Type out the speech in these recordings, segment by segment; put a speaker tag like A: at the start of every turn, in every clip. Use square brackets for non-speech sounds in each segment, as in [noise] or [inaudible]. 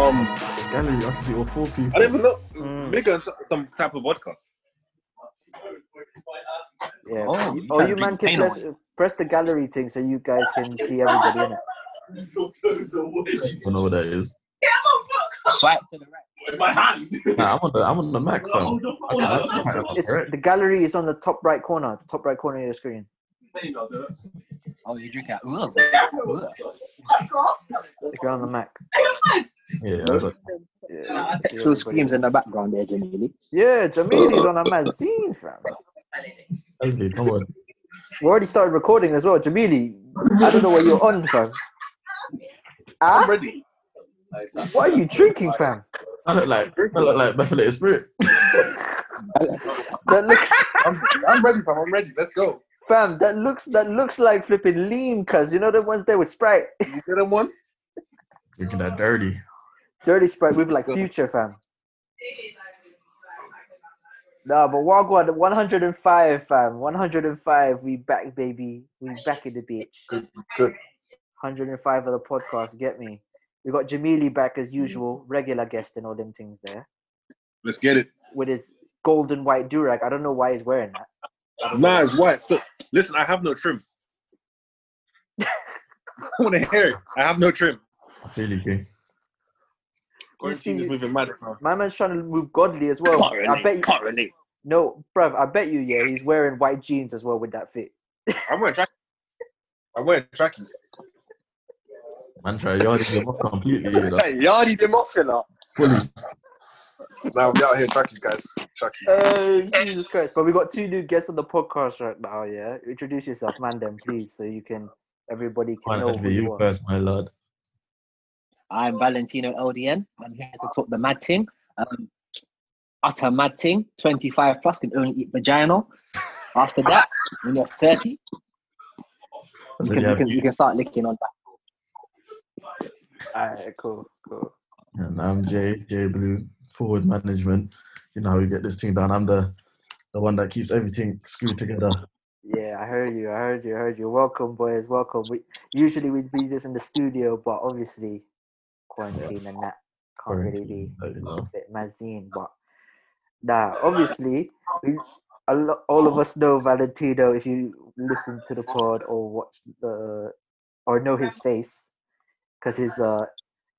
A: Um, gallery, I can see all four people.
B: I don't even know.
C: Mm.
B: Bigger and some type of vodka.
C: Yeah.
D: Oh,
C: Oh,
D: you
C: you, or
D: can
C: you
D: drink
C: man can
D: pain
C: press, press the gallery thing so you guys can see everybody in
D: I
C: it.
D: don't know what that is.
E: Swipe to the right.
B: my hand.
D: Nah, I'm on the I'm on the Mac phone. I can- I can swipe up,
C: It's
D: right?
C: the gallery is on the top right corner, the top right corner of your screen.
E: Oh, you drink out. Ugh. Ugh.
C: If you're on the Mac.
D: Yeah, I got-
C: Yeah, see
E: Two
C: everybody.
E: screams in the background there, Jamili.
C: yeah Jamil is on a magazine, fam.
D: okay, come on.
C: We already started recording as well. Jamili, I don't know what you're on, fam. Ah?
B: I'm ready.
C: Why are you drinking, fam?
D: I look like I look like methylated spirit.
C: That looks,
B: I'm, I'm ready, fam. I'm ready. Let's go.
C: fam. That looks, that looks like flipping lean, cause you know the ones there with Sprite, [laughs]
B: You did them once?
D: Drinking that dirty.
C: dirty Sprite with like Future, fam. Nah, but Wagwan, 105, fam. 105, we back, baby. We back in the bitch.
B: Good.
C: 105 of the podcast, get me. We got Jamili back
B: Mm.
C: as usual, regular guest and all them things there,
B: Let's get it.
C: with his golden white durag. I don't know why he's wearing that.
B: Nah, it's white. Still, listen, I have no trim. I want to hear it. I have no trim.
D: I feel you, King.
B: Quarantine
C: see-
B: is moving mad now.
C: My man's trying to move godly as well.
E: Can't
C: I bet
E: relate.
C: you,
E: Can't relate.
C: no, bruv, I bet you, yeah, he's wearing white jeans as well with that fit.
B: I'm wearing trackies. I'm wearing trackies.
D: Man, try yarding him off completely. You know?
E: Yardy them off, you know.
D: Fully.
B: Now we out here trackies, guys. Trackies.
C: Oh, [laughs] Jesus Christ. But we got two new guests on the podcast right now, yeah? Introduce yourself, man, then, please, so you can, everybody can
D: Man,
C: know who
D: I'd be
C: you
D: you
C: are.
D: first, my lord.
E: I'm Valentino LDN. I'm here to talk the mad thing. Um, utter mad thing. 25 plus can only eat vaginal. After that, when you're 30, you
D: So
E: can,
D: you
E: you
D: have
E: can, you
D: you.
E: can start licking on
C: All right, cool, cool.
D: And I'm Jay, Jay Blue, forward management. You know how we get this team done. I'm the the one that keeps everything screwed together.
C: Yeah, I heard you. I heard you. I heard you. Welcome, boys. Welcome. We, usually we'd be just in the studio, but obviously quarantine and that can't really be
D: Quarantine, you know.
C: bit mazine. But nah, obviously we a lo- all of us know Valentino. If you listen to the pod or watch the or know his face, because his uh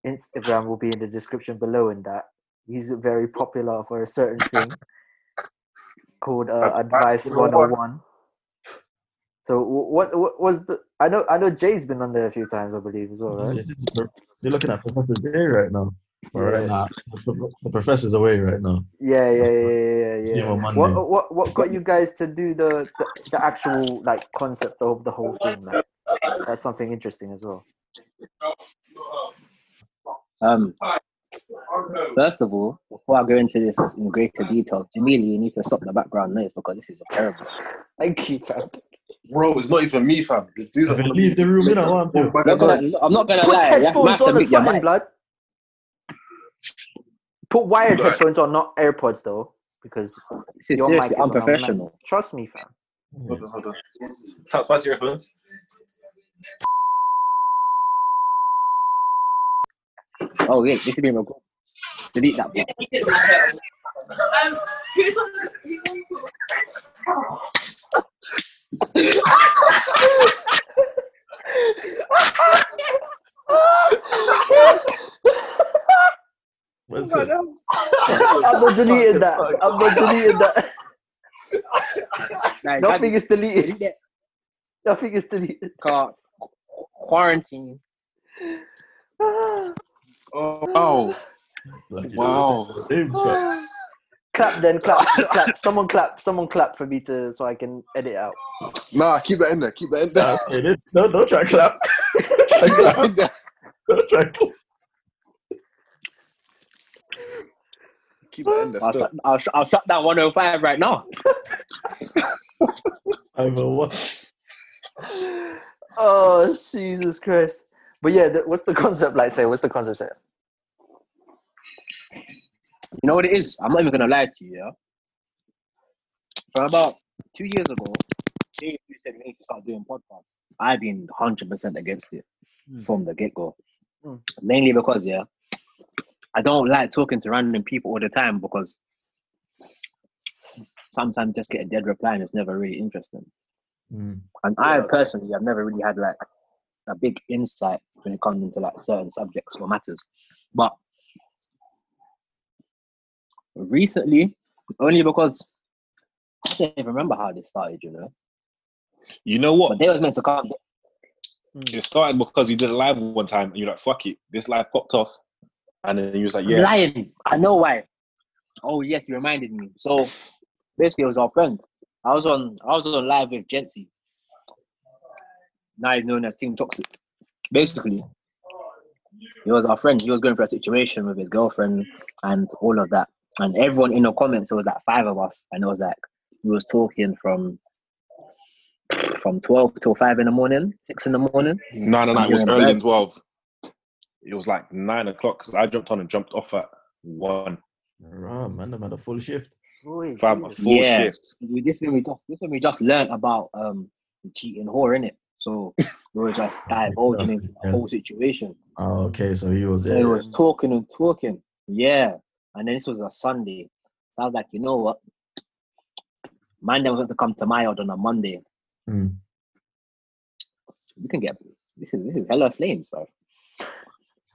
C: Instagram will be in the description below. In that he's very popular for a certain thing called uh, Advice
B: Advice
C: One
B: 101.
C: Hundred One. So wh- what what was the? I know I know Jay's been on there a few times, I believe as well, right?
D: You're looking at Professor Jay right now. But right
C: Yeah.
D: now, the the professor's away right now.
C: Yeah, yeah, yeah, yeah, yeah.
D: See
C: yeah.
D: him on Monday.
C: What, what, what got you guys to do the, the, the actual like concept of the whole thing? Like, that's something interesting as well.
E: that. Um, first of all, before I go into this in greater detail, Jamili, you need to stop the background noise because this is terrible.
C: Thank you, fam.
B: Bro, it's not even me, fam. It's these
D: So leave the room, you know what I'm doing.
E: I'm not gonna, I'm not gonna
C: Put
E: lie. you have- might
C: headphones
E: have to
C: on or
E: mute your
C: something,
E: mic.
C: blood. Put wired
B: Right.
C: headphones on, not AirPods though, because
E: This is
C: your mic
E: seriously
C: is on the
E: unprofessional.
C: mess. Trust me, fam.
B: Hold on, hold on. Can't spice your earphones.
E: Oh wait, this is being recorded. Delete that. Part.
D: What's it?
C: I'm not deleting that. I'm not deleting that.
E: Like,
C: Nothing is deleted. [laughs]
E: delete that.
C: Nothing is deleted. [laughs]
E: Car- quarantine.
B: Oh, wow.
D: Like, you
B: Wow.
D: know, it's like-
C: clap then, clap, clap. Someone clap. Someone clap for me to so I can edit out.
B: Nah, keep that in there. Keep that in
D: [laughs] Nah, okay, this- No, don't try clap. [laughs] Don't try clap.
B: there.
D: Don't try clap.
B: [laughs] Keep it in there
E: I'll
B: still.
E: shut, I'll, sh- I'll shut down 105 right now.
D: Over what?
C: oh Jesus Christ! But yeah, th- what's the concept like? Say, what's the concept? Say,
E: You know what it is? I'm not even gonna lie to you, yeah. From about two years ago, Dave you said we need to start doing podcasts. I've been hundred percent against it from the get go.
C: Mm.
E: Mainly because yeah, I don't like talking to random people all the time because sometimes just get a dead reply and it's never really interesting.
D: Mm.
E: And I personally have never really had like a big insight when it comes into like certain subjects or matters. But recently, only because I don't even remember how this started, you know.
F: You know what?
E: But they was meant to come.
F: It started because we did a live one time, and you're like, "Fuck it, this live popped off," and then you was like,
E: I'm
F: "Yeah."
E: lying. I know why. Oh yes, you reminded me. So basically, it was our friend. I was on. I was on live with Jency. Now he's known as Team Toxic. Basically, he was our friend. He was going through a situation with his girlfriend and all of that. And everyone in the comments, it was like five of us, and it was like we was talking from from twelve till five in the morning, six in the morning.
F: No, no, no. It was
E: You're in
F: early
E: bed.
F: as well. It was like nine o'clock because I jumped on and jumped off at one.
D: Rah, man, I'm at a full shift.
C: Oi,
F: Fam, a
C: Jesus.
F: full
E: Yeah.
F: shift.
E: we- this when we just this when we just learned about um the cheating whore in it. So we were just divulging into the
D: Yeah.
E: whole situation.
D: Oh, okay, so he was
E: So he
D: there.
E: was talking and talking. Yeah. And then this was a Sunday. So I was like, you know what? Man then was going to come to my yard on a Monday.
D: Mm.
E: You can get this is this is hella flames, bro.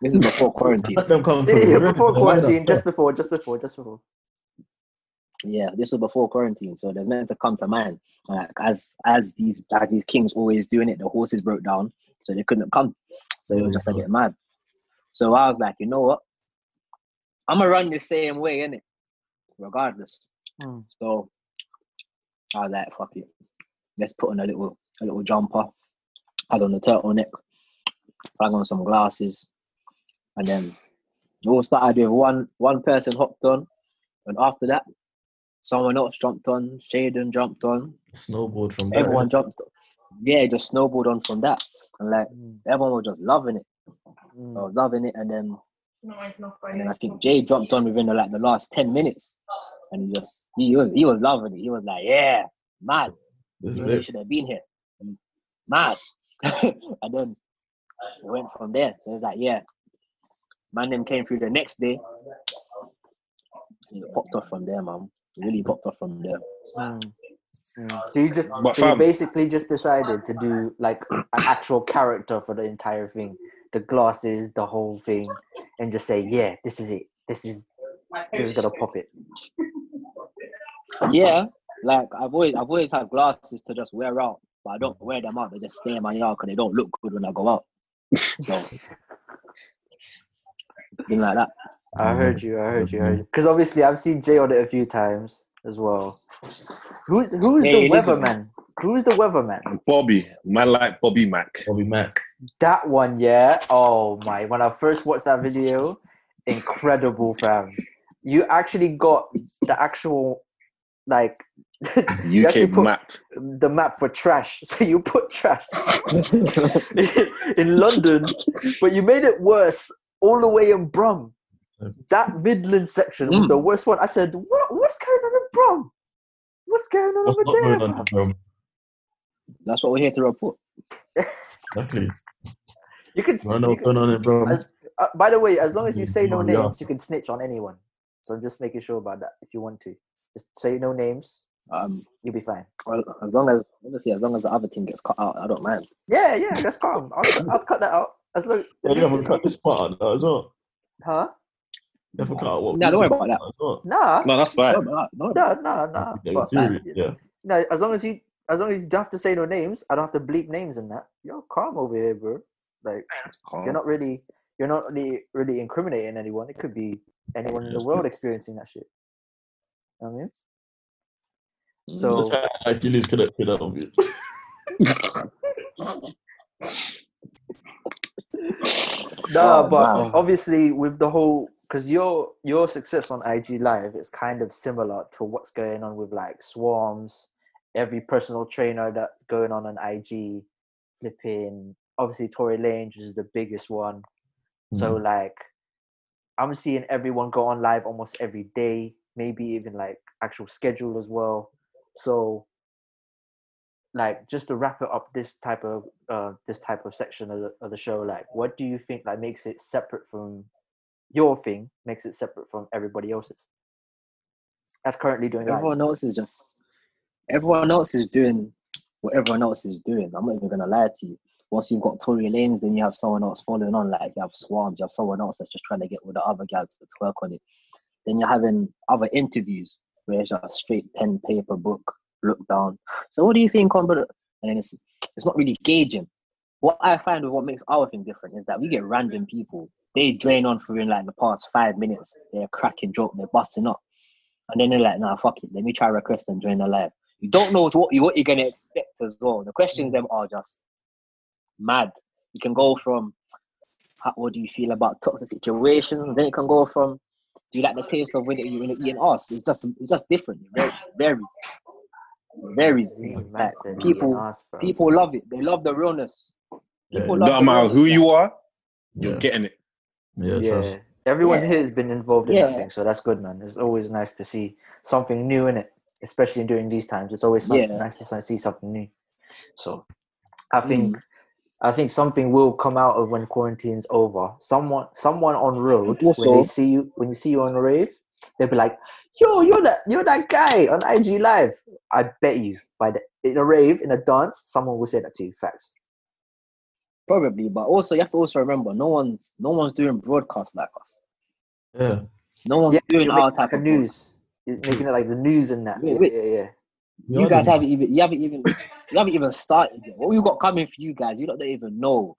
E: This is before quarantine.
D: Let them come
C: Yeah,
D: through.
C: yeah,
D: Where is
C: before
D: the lineup?
C: quarantine, just before, just before, just before.
E: Yeah, this was before quarantine, so there's nothing to come to mind. Like as as these as these kings always doing it, the horses broke down, so they couldn't come. So it was just a bit mad. So I was like, you know what? I'm gonna run the same way, innit? Regardless.
C: Hmm.
E: So I was like, fuck it. Let's put on a little a little jumper. Had on a turtleneck, hang on some glasses, and then it all started with one one person hopped on, and after that, someone else jumped on, Shaden jumped on,
D: Snowboard from there.
E: everyone jumped yeah, it just snowballed on from that. And like
D: Mm.
E: everyone was just loving it. I
C: Oh,
E: was loving it and then and then I think Jay jumped on within the, like the last ten minutes, and he just he was he was loving it. He was like, "Yeah, mad,
D: This
E: you
D: is
E: really
D: it.
E: should have been here, Mm, mad." [laughs] and then it went from there. So it's like, yeah, man, them came through the next day. And it popped off from there, man. It really popped off from there.
C: Mm. So you just
F: But
C: so you
F: fam-
C: basically just decided to do like an actual character for the entire thing, the glasses, the whole thing, and just say, yeah, this is it. This is this is gonna pop it.
E: Yeah, like I've always I've always had glasses to just wear out, but I don't wear them out. They just stay in my yard because they don't look good when I go out. So, been like that.
C: I
D: Mm-hmm.
C: heard you. I heard you. I heard you. Because obviously I've seen Jay on it a few times as well. Who's who's
E: Yeah,
C: the
E: it is a-
C: weatherman? Who's the weatherman?
F: Bobby, man, like Bobby Mac.
D: Bobby Mack.
C: That one, yeah. Oh my! When I first watched that video, incredible, fam. You actually got the actual like you actually
F: UK
C: put
F: map.
C: the map for trash. [laughs] So you put
D: [laughs]
C: trash in London, but you made it worse all the way in Brum. That Midland section was
E: Mm.
C: the
D: Hmm.
C: worst one. I said, what, What's going on in Brum? What's going on
D: What's not
C: over there?
D: going on
C: bruv?"
D: in Rome?
E: That's what we're here to report.
D: Exactly.
C: You could,
D: You wanna know
C: you
D: what's
C: could
D: going on in Rome?
C: As- uh, by the way, as long as you
D: Yeah,
C: say no
D: Mm-hmm. well, yeah.
C: names, you can snitch on anyone. So I'm just making sure about that if you want to. Just say no names,
E: Um,
C: you'll be fine.
E: well, as long as obviously as long as the other team gets cut out, I don't mind.
C: Yeah, yeah, that's calm. I'll, cut- I'll cut that out. As long,
D: Yeah, you haven't cut this part out though, as well.
C: huh?
D: You haven't cut out what
E: No,
D: we
E: don't worry
D: just-
E: about that.
D: as well.
C: Nah,
F: No, that's
E: Don't
F: fine.
E: worry about that. Don't worry about
C: nah, nah, nah.
D: Yeah,
C: But
D: serious, yeah.
C: no, as long as you, as long as you don't have to say no names, I don't have to bleep names and that. You're calm over here, bro. Like you're not really, you're not really, really incriminating anyone. It could be anyone in the
D: That's
C: world experiencing that shit. You know what I mean,
E: Mm.
D: [laughs]
C: so
D: Like you lose connected, that obvious.
E: that.
C: No,
E: Oh,
C: but
E: man.
C: obviously with the whole because your your success on IG Live is kind of similar to what's going on with like swarms, every personal trainer that's going on on IG, flipping obviously Tory Lanez is the biggest one. So
E: Mm-hmm.
C: like, I'm seeing everyone go on live almost every day, maybe even like actual schedule as well. So like just to wrap it up this type of uh this type of section of the, of the show like what do you think like makes it separate from your thing makes it separate from everybody else's that's currently doing live.
E: Everyone else is just everyone else is doing what everyone else is doing. I'm not even gonna lie to you. Once you've got Tory Lanes, then you have someone else following on, like you have Swarms, you have someone else that's just trying to get with the other guys to work on it. Then you're having other interviews where it's just straight pen, paper, book, look down. So what do you think on brother? And then it's it's not really gauging. What I find with what makes our thing different is that we get random people. They drain on for in like the past five minutes. They're cracking joke, they're busting up. And then they're like, nah, fuck it, let me try request and join the live. You don't know what, you, what you're going to expect as well. The questions them are just mad. You can go from, how, what do you feel about toxic situations? Then it can go from, do you like the taste of when you're eating ass? It's just, it's just different. It var- varies. It varies.
C: Seen
E: Like,
C: Matt's and
E: people-
C: Ian Ass, bro.
E: people love it. They love the realness.
D: Yeah,
E: People love
F: No
E: the
F: matter who
E: realness.
F: you are, you're
D: yeah,
F: getting it.
D: yeah,
C: yeah,
D: trust.
C: everyone
E: Yeah.
C: here has been involved in that
E: Yeah.
C: thing, so that's good, man. It's always nice to see something new in it, especially during these times. It's always some-
E: Yeah. Mm.
C: nice to see something new. So, I think I think something will come out of when quarantine's over. Someone, someone on road when
E: also-
C: they see you when you see you on rave, they'll be like, "Yo, you're that you're that guy on IG Live." I bet you by the in a rave in a dance, someone will say that to you. Facts.
E: Probably, but also you have to also remember no one's no one's doing broadcast like us.
D: Yeah,
E: No one's
C: Yeah,
E: doing
C: you're
E: our
C: making like
E: type
C: a
E: of news.
C: news, you're making it like the news and that.
E: Wait,
C: Yeah,
E: wait.
C: yeah, yeah.
D: we
E: You
D: are
E: guys
D: doing-
E: haven't even you haven't even you haven't even started yet. What we've got coming for you guys, you lot don't even know.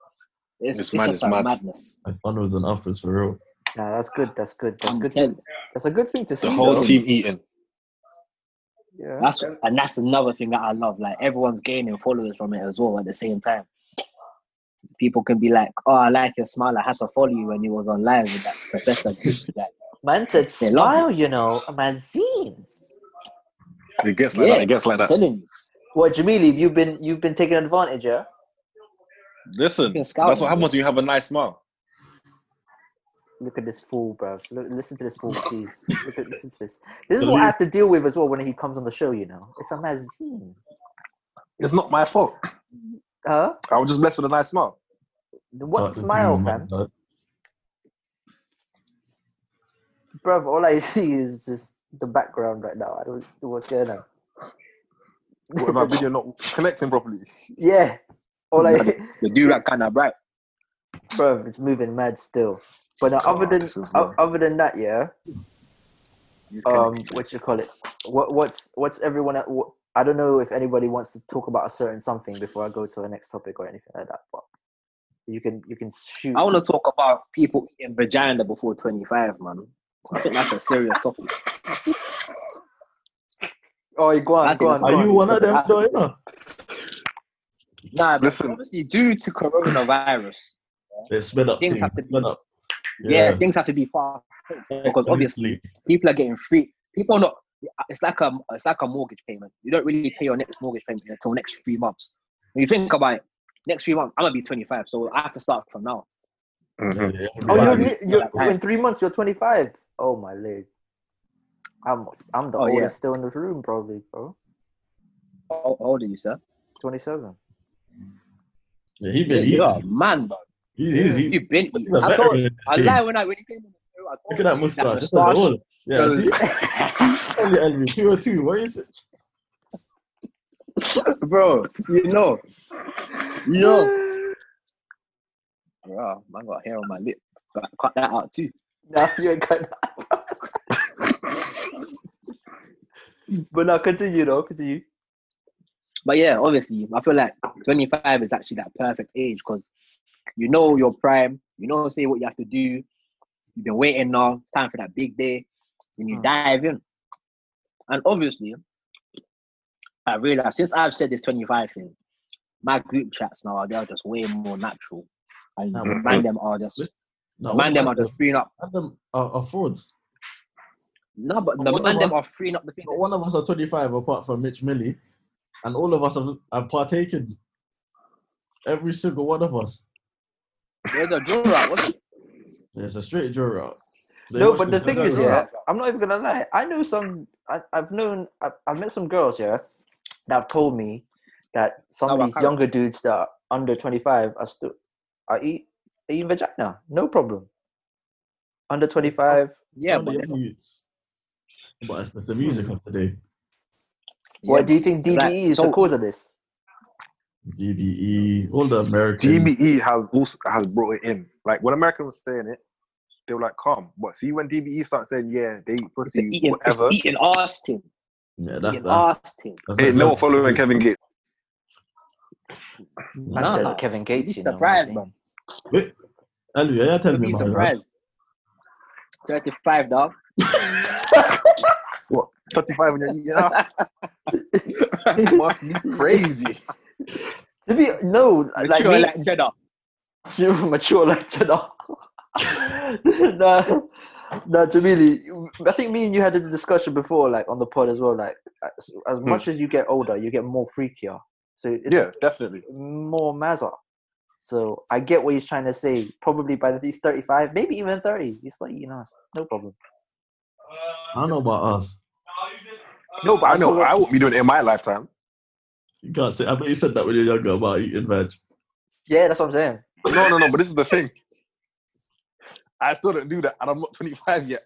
E: It's,
F: It's
E: it's,
F: mad,
E: just
F: it's
E: like
F: mad.
E: madness.
D: like onwards and upwards for real.
C: Nah, that's good. That's good. That's
E: I'm
C: good.
E: telling you.
C: That's a good thing to see.
F: The whole
C: though.
F: team eating.
C: Yeah.
E: That's and that's another thing that I love. Like everyone's gaining followers from it as well at the same time. People can be like, Oh, I like your smile, I had to follow you when you was on live with that professor. like,
C: Man said,
E: They love
C: "Smile, you know, a magazine."
F: It gets like
E: Yeah.
F: that. It gets like
E: I'm
F: that.
E: telling you.
C: What, Jamili? You've been you've been taking advantage, yeah?
F: Listen,
E: Fucking
F: that's
E: scouting,
F: what happens
E: bro.
F: when you have a nice smile.
C: Look at this fool, bruv. Look, listen to this
E: [laughs]
C: fool, please. Look at listen to this. This is what I have to deal with as well when he comes on the show. You know, it's a magazine,
B: It's not my fault.
C: huh?
B: I was just blessed with a nice smile.
C: What
D: Start this
C: smile,
D: thing,
C: fam,
D: man, blood.
C: bruv? All I [laughs] see is just the background right now. I don't know what's going on.
B: What, my video not connecting properly?
C: Yeah, all I, [laughs]
E: The dude that kind of bright.
C: bruv, it's moving mad still. But uh,
B: Oh,
C: other than
B: this is
C: o-
B: long.
C: other than that, yeah.
E: He's
C: um what you call it what what's what's everyone at what, i don't know if anybody wants to talk about a certain something before i go to the next topic or anything like that but you can you can shoot
E: I
D: Mm-hmm.
E: want to talk about people eating vagina before 25, man. I think that's a serious topic.
C: oh go
E: I
C: on go on
E: think that's
C: go
D: Are
E: what
D: you
C: on
D: one of them, though? innit?
E: Nah, but
B: Listen.
E: obviously due to coronavirus,
D: They sped up
E: Things
D: things.
E: have to be-
D: sped up.
E: yeah,
D: Yeah.
E: things have to be fast because obviously
D: Exactly.
E: people are getting free. People are not. It's like a it's like a mortgage payment. You don't really pay your next mortgage payment until next three months. When you think about it, next three months I'm gonna be 25, so I have to start from now.
D: Yeah, yeah,
C: oh
D: yeah.
C: you're,
E: Right.
C: li- you're
E: Yeah.
C: in three months you're 25 oh my leg i'm i'm the
E: Oh, yeah.
C: oldest still in the room probably bro
E: How how old are you, sir?
C: 27
D: Yeah, he
E: Yeah,
D: been
E: you
D: eating.
E: are a man, bro.
D: He's, he's, he's,
E: You've been
D: he's
E: eating.
D: a
E: I thought
D: veteran. in this
E: I
D: team.
E: lie when I when he came on the show. I
D: Look
E: told
D: at that
E: you
D: mustache. That
E: moustache
D: all. Yeah,
E: goes-
D: see? [laughs] Only envy. Two or two. What is it?
E: bro. You know, you know, bro. I got hair on my lip, but I cut that out too.
C: no you ain't got but now continue though continue
E: But yeah, obviously, I feel like 25 is actually that perfect age because you know your prime, you know, say what you have to do. You've been waiting now, it's time for that big day, and you
C: Mm.
E: dive in. And obviously, I realized since I've said this 25 thing, my group chats now are they're just way more natural, and
D: Nah,
E: man, them are just
D: No,
E: man, them are just freeing up.
D: man them are, are frauds.
E: No, but
D: One
E: the
D: of
E: man them
D: us-
E: are freeing up the [laughs] thing.
D: Not one of us are 25 apart from Mitch Millie, and all of us have, have partaken. Every single one of us.
E: There's a draw out. What's
D: There's a straight draw route. They
C: no,
D: watch
C: but the
D: this-
C: thing
D: they
C: is,
D: don't know.
C: yeah, I'm not even gonna lie. I know some. I, I've known. I've, I've met some girls, yeah, that have told me that some
E: Sour
C: of these
E: carrot.
C: younger dudes that are under 25 are still are eat are eating vagina, no problem. Under 25,
E: [laughs] yeah,
D: Not the
E: but
D: young youths. But it's, it's the music of today.
E: yeah,
C: what do you think? DBE
E: like,
C: is the
E: so-
C: cause of this.
D: DBE, E, all the American.
F: E.
B: DBE E has also has brought it in. Like when America was saying it, they were like, "Calm." But see, when DBE starts saying, "Yeah, they eat
E: it's the
B: pussy,
E: eating, it's
B: whatever,"
E: eating Austin.
D: Yeah, that's
E: eating
D: that.
E: Austin.
D: That's
B: hey,
D: that-
B: no
F: Mm-hmm.
B: following Kevin Gates.
C: Man said
E: Nah,
C: Kevin
E: you'd
C: Gates.
E: be
C: you know,
E: surprised,
C: honestly.
E: man.
D: Wait, Elu, yeah, yeah, tell
E: You'd
D: me
E: be
D: about it.
E: surprised. Thirty-five, dog.
B: What? Thirty-five and you're eating ass? That must be crazy.
C: [laughs] To be no, like
E: Mature
C: me,
E: like Jeddah.
C: [laughs] mature like [laughs] Jeddah. no, no, to really, I think me and you had a discussion before, like on the pod as well. Like, as, as much as you get older, you get more freakier, so it's
B: [laughs] Hmm. Yeah, definitely.
C: more mazza. So I get what he's trying to say. Probably by the he's thirty-five, maybe even thirty, he's like you know, no problem.
D: I don't know about us.
C: No, but
B: I
C: I'm
B: know.
C: talking-
B: I won't be doing it in my lifetime.
D: You can't say. I bet you said that when you're younger about eating veg.
C: yeah, that's what I'm saying.
B: No, no, no. But this is the thing. I still don't do that, and I'm not 25 yet.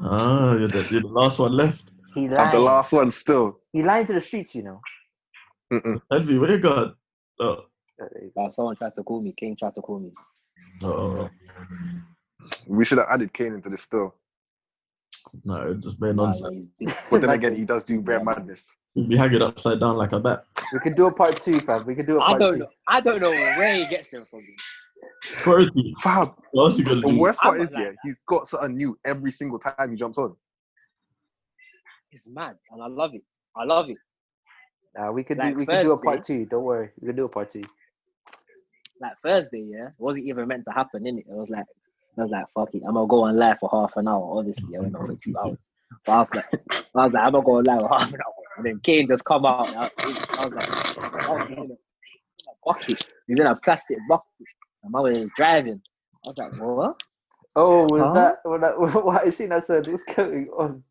D: Ah, you're the, you're the last one left.
C: He
B: I'm
C: lied.
B: the last one still.
C: He lied to the streets, you know.
B: Mm-mm.
D: Envy, where you gone? Oh,
C: Uh, there
E: Wow, someone tried to call me. King tried to call me.
D: no,
B: We should have added Kane into this still.
D: no, it just made
E: Nah,
D: nonsense.
E: nah, he's big.
C: [laughs]
B: But then
C: That's
B: again,
C: it.
B: he does do bare
E: Yeah.
B: madness.
D: You'd be hanging upside down like a bat.
C: We could do a part two, fam. We could do a
E: I
C: part
E: don't
C: two.
E: know. I don't know where he gets them from.
D: Squirty.
B: Fab.
D: What else you gonna
B: The
D: do?
B: worst
E: I'm
B: part
E: not
B: is,
E: like
B: yeah,
E: that.
B: he's got something new every single time he jumps on.
E: It's mad, and I love it. I love it.
C: Uh, we could
E: Like
C: do we could do a part
E: Thursday.
C: two. Don't worry, we could do a part two.
E: Like Thursday, yeah, it wasn't even meant to happen, innit? It was like, I was like, fuck it, I'm gonna go on live for half an hour. Obviously, I went on for
D: [laughs]
E: two hours. But I was like, I was like, I'm gonna go on live for half an hour. And then Kane just come out. and I, I was like, oh, he's in a, he's in a bucket. He's in a plastic bucket. And my way is driving. I was like, what?
C: Oh, was
E: Huh?
C: that when I, [laughs] when I seen? I said, "What's going on?"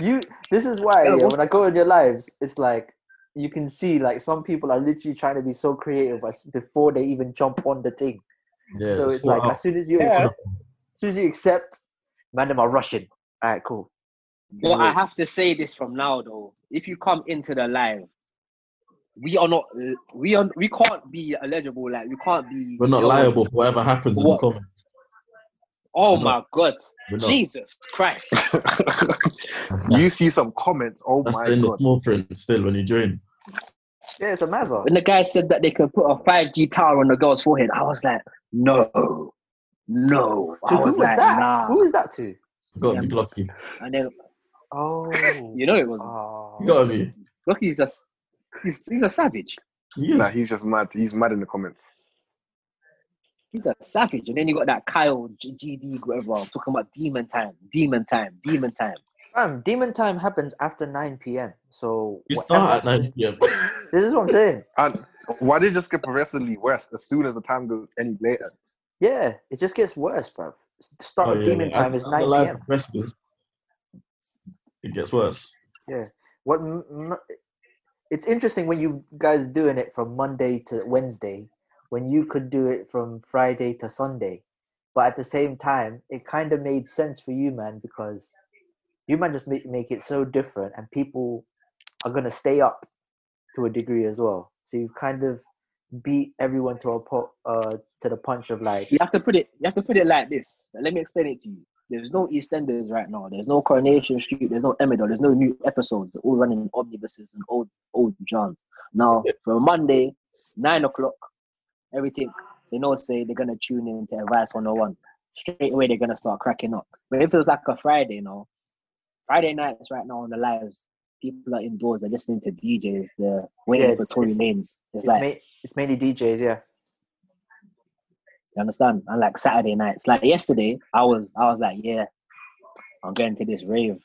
C: You. This is why
E: Yeah,
C: yeah,
E: what's-
C: when I go on your lives, it's like you can see like some people are literally trying to be so creative as before they even jump on the thing.
D: Yeah,
C: so it's like as soon as you
E: Yeah.
C: accept, as soon as you accept, man, them are rushing. All right, cool.
E: But I have to say this from now though. If you come into the live, we are not we are we can't be eligible. Like we can't be.
D: we're not
E: yo,
D: liable for whatever happens in the
E: What?
D: comments.
E: Oh
D: We're
E: my god,
D: We're not.
E: Jesus Christ!
B: you see some comments. Oh
D: That's
B: my
D: in the
B: god.
D: small print still when you join.
C: Yeah, it's a mazza.
E: When the guy said that they could put a five G tower on the girl's forehead, I was like, no, no.
C: To
E: I
C: who
E: was
C: was
E: like,
C: that?
E: nah.
C: Who is that to?
D: [laughs] Got
E: Yeah.
D: me, Glocky.
E: And then
C: Oh,
E: you know it was.
C: oh.
D: Got me.
E: Look, he's just he's he's a savage.
D: Yes.
B: Nah, he's just mad. He's mad in the comments.
E: He's a savage. And then you got that Kyle G- GD whatever I'm talking about demon time, demon time, demon time.
C: Fam, demon time happens after 9 p.m. So
D: You
C: whatever
D: start at
C: happens-
D: 9 p.m.
C: This is what I'm saying.
B: And why did you just get progressively worse as soon as the time goes any later?
C: Yeah, it just gets worse, bruv. S- The start
D: Oh,
C: of
D: yeah,
C: demon
D: yeah.
C: time
D: As-
C: is
D: as
C: 9
D: the live
C: p.m.
D: progresses, it gets worse.
C: What m- m- it's interesting when you guys doing it from Monday to Wednesday, when you could do it from Friday to Sunday, but at the same time, it kind of made sense for you, man, because you man just make make it so different, and people are gonna stay up to a degree as well. So you've kind of beat everyone to a po- uh to the punch of like
E: You have to put it. You have to put it like this. Let me explain it to you. There's no EastEnders right now. There's no Coronation Street. There's no Emmerdale. There's no new episodes. They're all running omnibuses and old old Johns. Now from Monday, nine o'clock, everything they know say they're gonna tune in to Advice 101. Straight away they're gonna start cracking up. But if it was like a Friday, you know, Friday nights right now on the lives, people are indoors. They're listening to DJs. They're waiting
C: Yeah,
E: for
C: it's-
E: Tory
C: it's-
E: Lanez. It's
C: it's,
E: like
C: ma- it's mainly DJs, yeah.
E: You understand? And like Saturday nights, like yesterday, I was I was like, yeah, I'm going to this rave,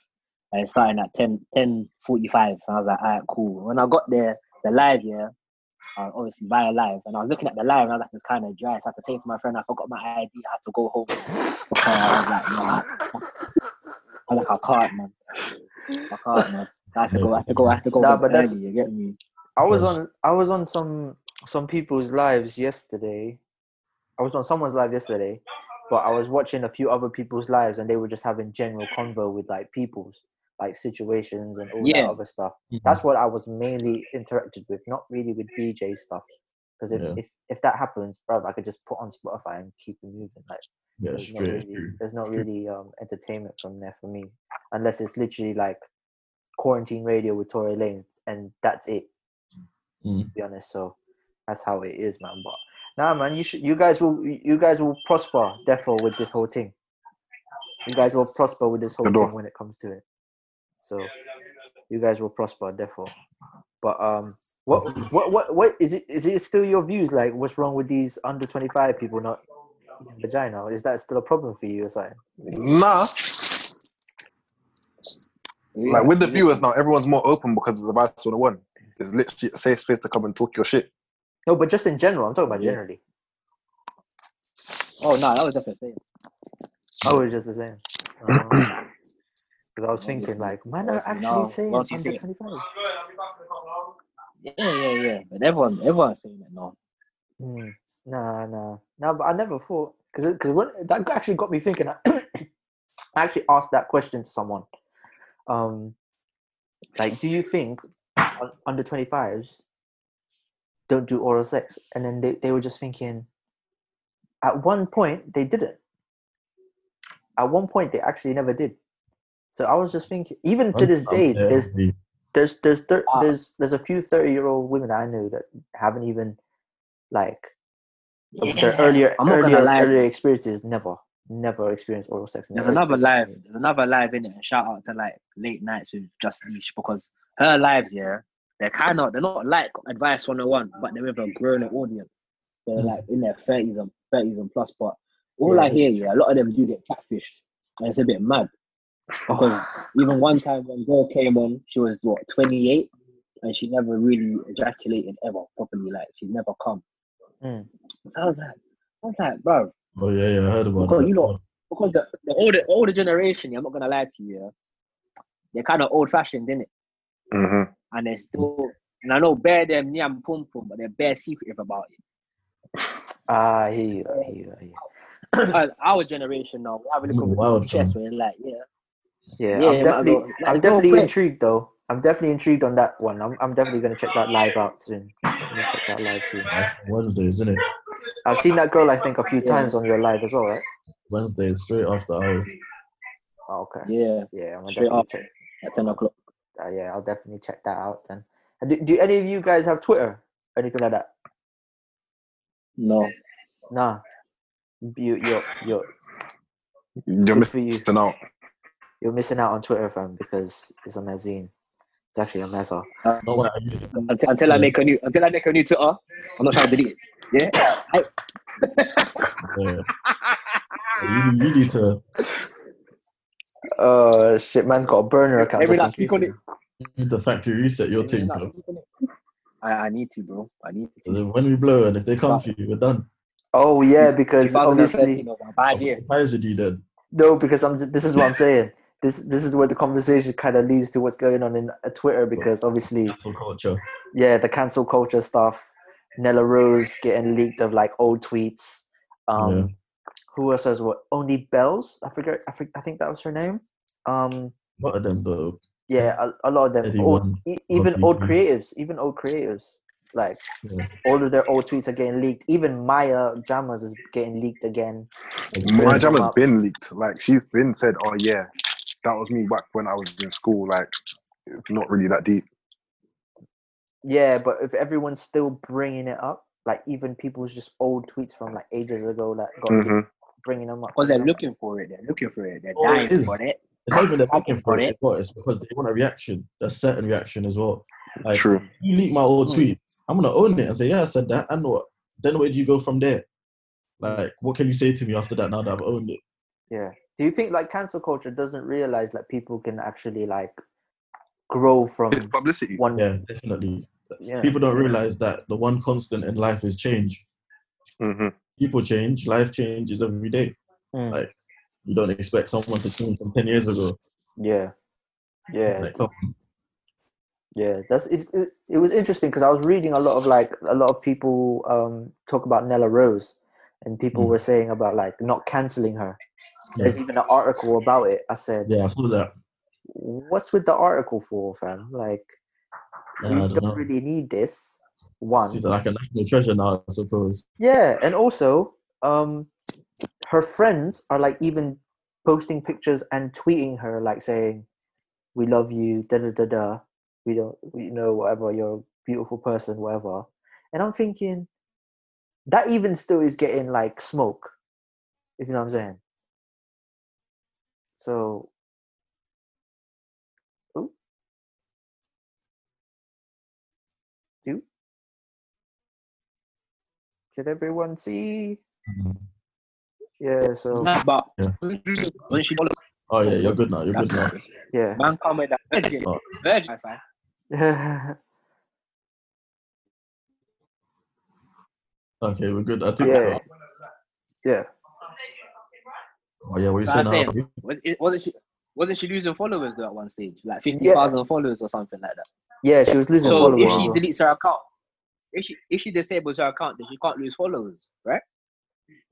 E: and it's starting at 10, 10.45. And I was like, alright, cool. When I got there, the live, yeah, I was obviously via live, and I was looking at the live, and I was like, it's kind of dry. So I had to say to my friend, I forgot my ID. I had to go home. So I was like, nah. I was like, I can't, man. I can't, man. So I have to go. I have to go. I have to go.
C: Nah,
E: home
C: but that's-
E: early, you get me?
C: I was
D: Yes.
C: on I was on some some people's lives yesterday. I was on someone's live yesterday, but I was watching a few other people's lives and they were just having general convo with like people's like situations and all
E: Yeah.
C: that other stuff.
D: Mhm.
C: That's what I was mainly interacted with, not really with DJ stuff. Because if,
D: Yeah.
C: if if that happens, bro, I could just put on Spotify and keep it moving. Like
D: Yeah,
C: there's not
D: straight.
C: really, there's
D: [laughs]
C: not really um, entertainment from there for me, unless it's literally like quarantine radio with Tory Lanez, and that's it. To
D: Mm.
C: be honest, so that's how it is, man. But nah, man, you should, you guys will, you guys will prosper, therefore, with this whole thing. You guys will prosper with this whole
B: Good one.
C: thing when it comes to it. So you guys will prosper, therefore. But um, what, what, what, what is it? Is it still your views? Like, what's wrong with these under twenty five people not eating vagina? Is that still a problem for you or something?
B: Nah, like with the viewers now, everyone's more open because it's about sort of one. It's literally a safe space to come and talk your shit.
C: No, but just in general, I'm talking about
E: Yeah.
C: generally.
E: Oh no, that was definitely.
C: I was just the same. Because I was thinking,
E: Obviously.
C: like, man, are
E: Obviously,
C: actually
E: no.
C: saying
E: Once you see
C: under
E: it.
C: 25s.
E: Yeah, yeah, yeah. But everyone, everyone's saying that now.
C: Mm. Nah, nah. Nah, but I never thought, because that g- actually got me thinking. I [coughs] actually asked that question to someone. Um, like, do you think un- under 25s don't do oral sex? And then they, they were just thinking, at one point, they didn't. At one point, they actually never did. So I was just thinking, even to this day, there's
D: Yeah.
C: there's there's thir-
E: Ah.
C: there's there's a few thirty year old women I know that haven't even like of their earlier
E: I'm not gonna
C: earlier
E: lie.
C: earlier experiences never never experienced oral sex. in
E: There's
C: their
E: another
C: early
E: live.
C: experiences.
E: There's another live in it. And shout out to like late nights with Just Leash because her lives, yeah, they're kind of they're not like Advice 101, but they're with a growing audience. They're
D: Mm.
E: like in their 30s and 30s and plus. But all
C: Yeah.
E: I hear, yeah, a lot of them do get catfished, and it's a bit mad. Because even one time when girl came on, she was what 28, and she never really ejaculated ever properly. Like she's never come.
C: Mm.
E: So I was like, I was like, bro,
D: Oh yeah, yeah, I heard about
E: Because
D: that.
E: you lot- because the, the older older generation, yeah, I'm not gonna lie to you, yeah, they're kind of old fashioned, innit?
B: Mm-hmm.
E: And they're still, and I know bear them nyam pum pum, but they're bare secretive about
D: [clears throat]
E: it.
C: Ah, I hear you. I hear you. I hear you.
E: Whereas our generation now, we have a
D: Mm,
E: little bit
D: wild,
E: of chest
D: fam.
E: where it's like, yeah,
C: Yeah,
E: Yeah,
C: I'm
E: you might as
C: definitely
E: well- might
C: I'm
E: as well
C: definitely
E: play.
C: intrigued though. I'm definitely intrigued on that one. I'm I'm definitely gonna check that live out soon. I'm gonna check that live soon.
D: Wednesday, isn't it?
C: I've seen that girl I think a few
E: Yeah.
C: times on your live as well, right?
D: Wednesday, straight after hours.
C: Oh, okay.
E: yeah,
C: Yeah, I'm gonna
E: Straight
C: definitely
E: up.
C: check
E: at ten o'clock.
C: uh, yeah, I'll definitely check that out then. And do, do any of you guys have Twitter? Anything like that?
E: No,
C: Nah. You you're you're
B: You're
C: Good for you.
B: missing out.
C: you're missing out on Twitter fam because it's a magazine. It's actually a mess up.
D: No, wait, I used it.
E: until, until I
D: Yeah.
C: Mm.
E: make a new until I make a new Twitter, I'm not trying to delete it. Yeah,
D: Yeah. You, you need to.
C: Oh shit, man's got a burner account. just
E: Maybe
C: in
E: not speak
C: case,
E: on
C: you
E: it.
C: know.
D: You need to factory reset your
E: Maybe
D: thing.
E: not
D: fam.
E: speak on it. I, I need to, bro. I need
D: So
E: to.
D: then when we blow, and if they come for you, we're done.
C: Oh yeah, because
E: 2013
C: obviously
E: was a bad year.
D: Why is it you then?
C: no, because I'm. This is what I'm saying. This this is where the conversation kind of leads to what's going on in uh, Twitter because obviously
D: Cancel culture.
C: yeah, the cancel culture stuff. Nella Rose getting leaked of like old tweets. Um,
D: Yeah.
C: Who else has what? Only Bells. I forget. I, forg- I think that was her name. Um,
D: What of them though?
C: yeah, a, a lot of them.
D: Eddie
C: Old,
D: One,
C: e- even old
D: Robbie.
C: creatives. Even old creatives. Like
D: Yeah.
C: all of their old tweets are getting leaked. Even Maya Jammers is getting leaked again.
B: My
C: Yeah.
B: jam has
C: Come out.
B: been leaked. Like she's been said, oh yeah, that was me back when I was in school. Like it's not really that deep.
C: Yeah, but if everyone's still bringing it up, like even people's just old tweets from like ages ago, like got leaked,
B: hmm
C: bringing them up.
E: Because they're
C: bringing them up.
E: looking for it. They're looking for it. They're
D: Oh, it
E: dying
D: is.
E: for it.
D: It's not even they're looking for
E: Got
D: it.
E: it.
D: It's not. It's because they want a reaction, a certain reaction as well. Like,
B: True.
D: you leak my old
E: Mm.
D: tweet, I'm gonna own it and say, yeah, I said that. And what? Then where do you go from there? Like, what can you say to me after that? Now that I've owned it,
C: Yeah. Do you think like cancel culture doesn't realize that people can actually like grow from
B: It's publicity.
C: one?
D: yeah, definitely.
C: yeah.
D: People don't realize that the one constant in life is change.
B: Mm-hmm.
D: People change. Life changes every day.
E: Hmm.
C: Mm.
D: Like, you don't expect someone to change from ten years ago.
C: Yeah. Yeah.
D: Like, come
C: Yeah, that's it's, it, it was interesting because I was reading a lot of like a lot of people um talk about Nella Rose and people
D: Mm.
C: were saying about like not canceling her.
D: Yeah.
C: There's even an article about it. I said,
D: Yeah, I saw that.
C: "What's with the article for, fam? Like
D: Yeah,
C: we
D: I
C: don't,
D: don't know.
C: really need this." One.
D: She's like a national treasure now, I suppose.
C: Yeah, and also um her friends are like even posting pictures and tweeting her like saying, "We love you, da da da da. We don't, we, you know, whatever. You're a beautiful person, whatever." And I'm thinking that even still is getting like smoke, if you know what I'm saying. So, ooh, do. Can everyone see?
E: Hmm.
C: Yeah. So
E: Nah, but
D: Yeah.
E: when she
D: Oh yeah, you're good now. You're good now.
C: yeah. [laughs]
E: man come with that virgin,
D: Oh.
E: virgin Wi-Fi.
D: Okay, we're good. I think.
C: Yeah. yeah.
D: Oh yeah, what you
E: So I
D: saying?
E: said-
D: now?
E: Was it- Wasn't she? Wasn't she losing followers though at one stage, like fifty thousand followers or something like that?
C: Yeah, she was losing
E: So
C: followers.
E: if she
C: bro.
E: deletes her account, if she if she disables her account, then she can't lose followers, right?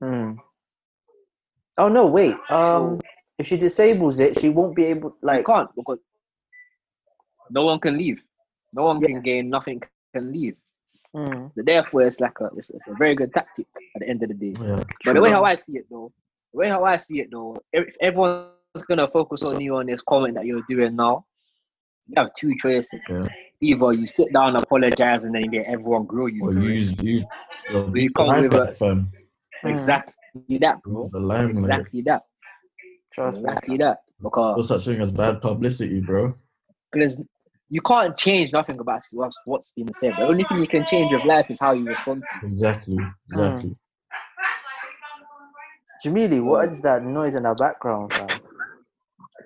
C: Hmm. Oh no, wait. Um, if she disables it, she won't be able.
E: You
C: Like,
E: can't because no one can leave, no one
C: Yeah.
E: can gain, nothing can leave.
C: Mm,
E: Therefore, it's like a it's, it's a very good tactic at the end of the day.
D: Yeah.
E: But the way how I see it though, the way how I see it though, if everyone's gonna focus on you on this comment that you're doing now, you have two choices.
D: Yeah.
E: Either you sit down, apologize, and then you get everyone grill you.
D: Or
E: for
D: you
E: it.
D: use you.
E: But you can't
D: limelight,
E: revert.
D: fam.
C: Mm.
E: Exactly that, bro.
D: The limelight.
E: Exactly that.
C: trust me.
E: Exactly that.
D: No
E: Because
D: such thing as bad publicity, bro.
E: because you can't change nothing about what's, what's being said. The only thing you can change of life is how you respond to it.
D: Exactly. Exactly.
E: Hmm.
C: Jamili, what is that noise in the background? Fam?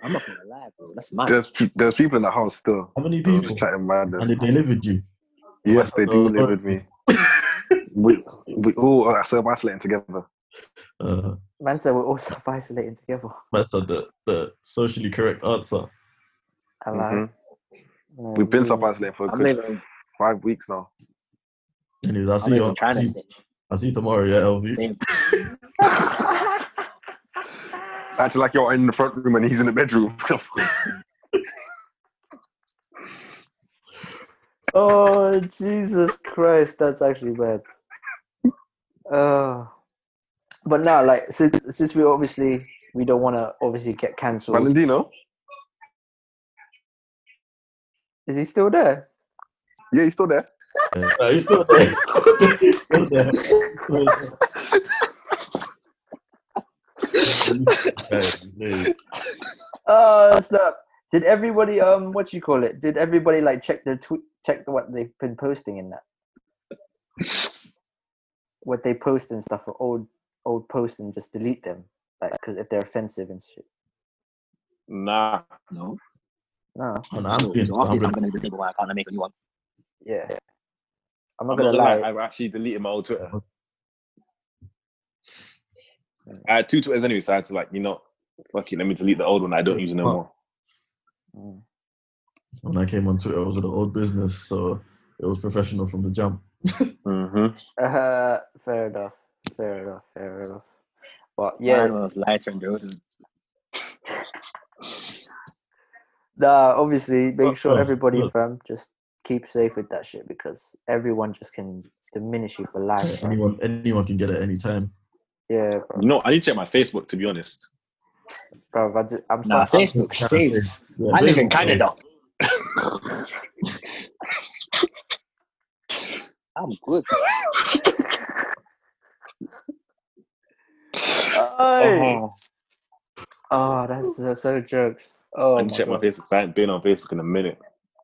E: I'm not gonna lie, bro. That's mad.
B: There's pe- there's people in the house still.
D: How many
B: Just
D: people?
B: chatting
D: And
B: madness.
D: they delivered you.
B: Yes, they do
D: Uh,
B: live with
D: [laughs]
B: me. we we all are self isolating together.
D: Uh,
C: Man said we're all [laughs] self isolating together.
D: that's the, the the socially correct answer.
C: I
B: Mhm.
C: lied.
B: We've been
C: Mm,
B: self isolating for a
E: I'm
B: good
E: not even,
B: five weeks
D: [laughs]
B: now.
D: Anyways, I'll
E: I'm
D: see you.
E: not even
D: I'll
E: trying
D: see,
E: to
D: you-
E: say.
D: I'll see you tomorrow. Yeah, LV.
E: Same.
B: Acting like you're in the front room and he's in the bedroom. [laughs]
C: Oh Jesus Christ, that's actually bad. Uh, but now, like, since since we obviously we don't want to obviously get cancelled.
B: Valentino?
C: Is he still there?
B: Yeah, he's still there.
D: Yeah. No, he's still there. he's still there. He's still there. [laughs]
C: Oh snap! Did everybody um what you call it? Did everybody like check their tweet check what they've been posting in that? What they post and stuff for old old posts and just delete them, like because if they're offensive and shit.
F: Nah.
E: No.
C: No,
D: And
E: So,
D: I'm being
E: so after
D: I'm
E: this,
D: being-
E: I'm gonna disable my account and make a new one.
C: yeah. I'm
F: I'm
C: not gonna lie.
F: I've actually deleted my old Twitter. I had two Twitters anyway, so I had to like, you know, fuck it, let me delete the old one. I don't use it no
D: Oh.
F: more.
C: Mm.
D: when I came on Twitter, it was an old business, so it was professional from the jump.
F: Mm-hmm.
C: Uh, [laughs] fair enough. Fair enough. Fair enough. But yeah,
E: Mine was lighter and dirty.
C: nah. Obviously,
D: Oh,
C: make sure
D: oh,
C: everybody
D: look.
C: fam just keep safe with that shit because everyone just can diminish you for lying.
D: Yeah,
C: Bro.
D: anyone anyone can get it any time.
C: Yeah, bro.
F: You know, I need to check my Facebook to be honest.
C: bro I ju- I'm
E: Nah,
C: sorry.
E: Facebook's safe.
D: Yeah,
E: I live in
D: Facebook's safe.
E: Canada. [laughs] I'm good.
C: Hey.
F: Oh,
C: Oh, that's so, so jokes.
F: I
C: Oh
F: need to
C: my
F: check my
C: God.
F: Facebook 'cause I haven't been on Facebook in a minute.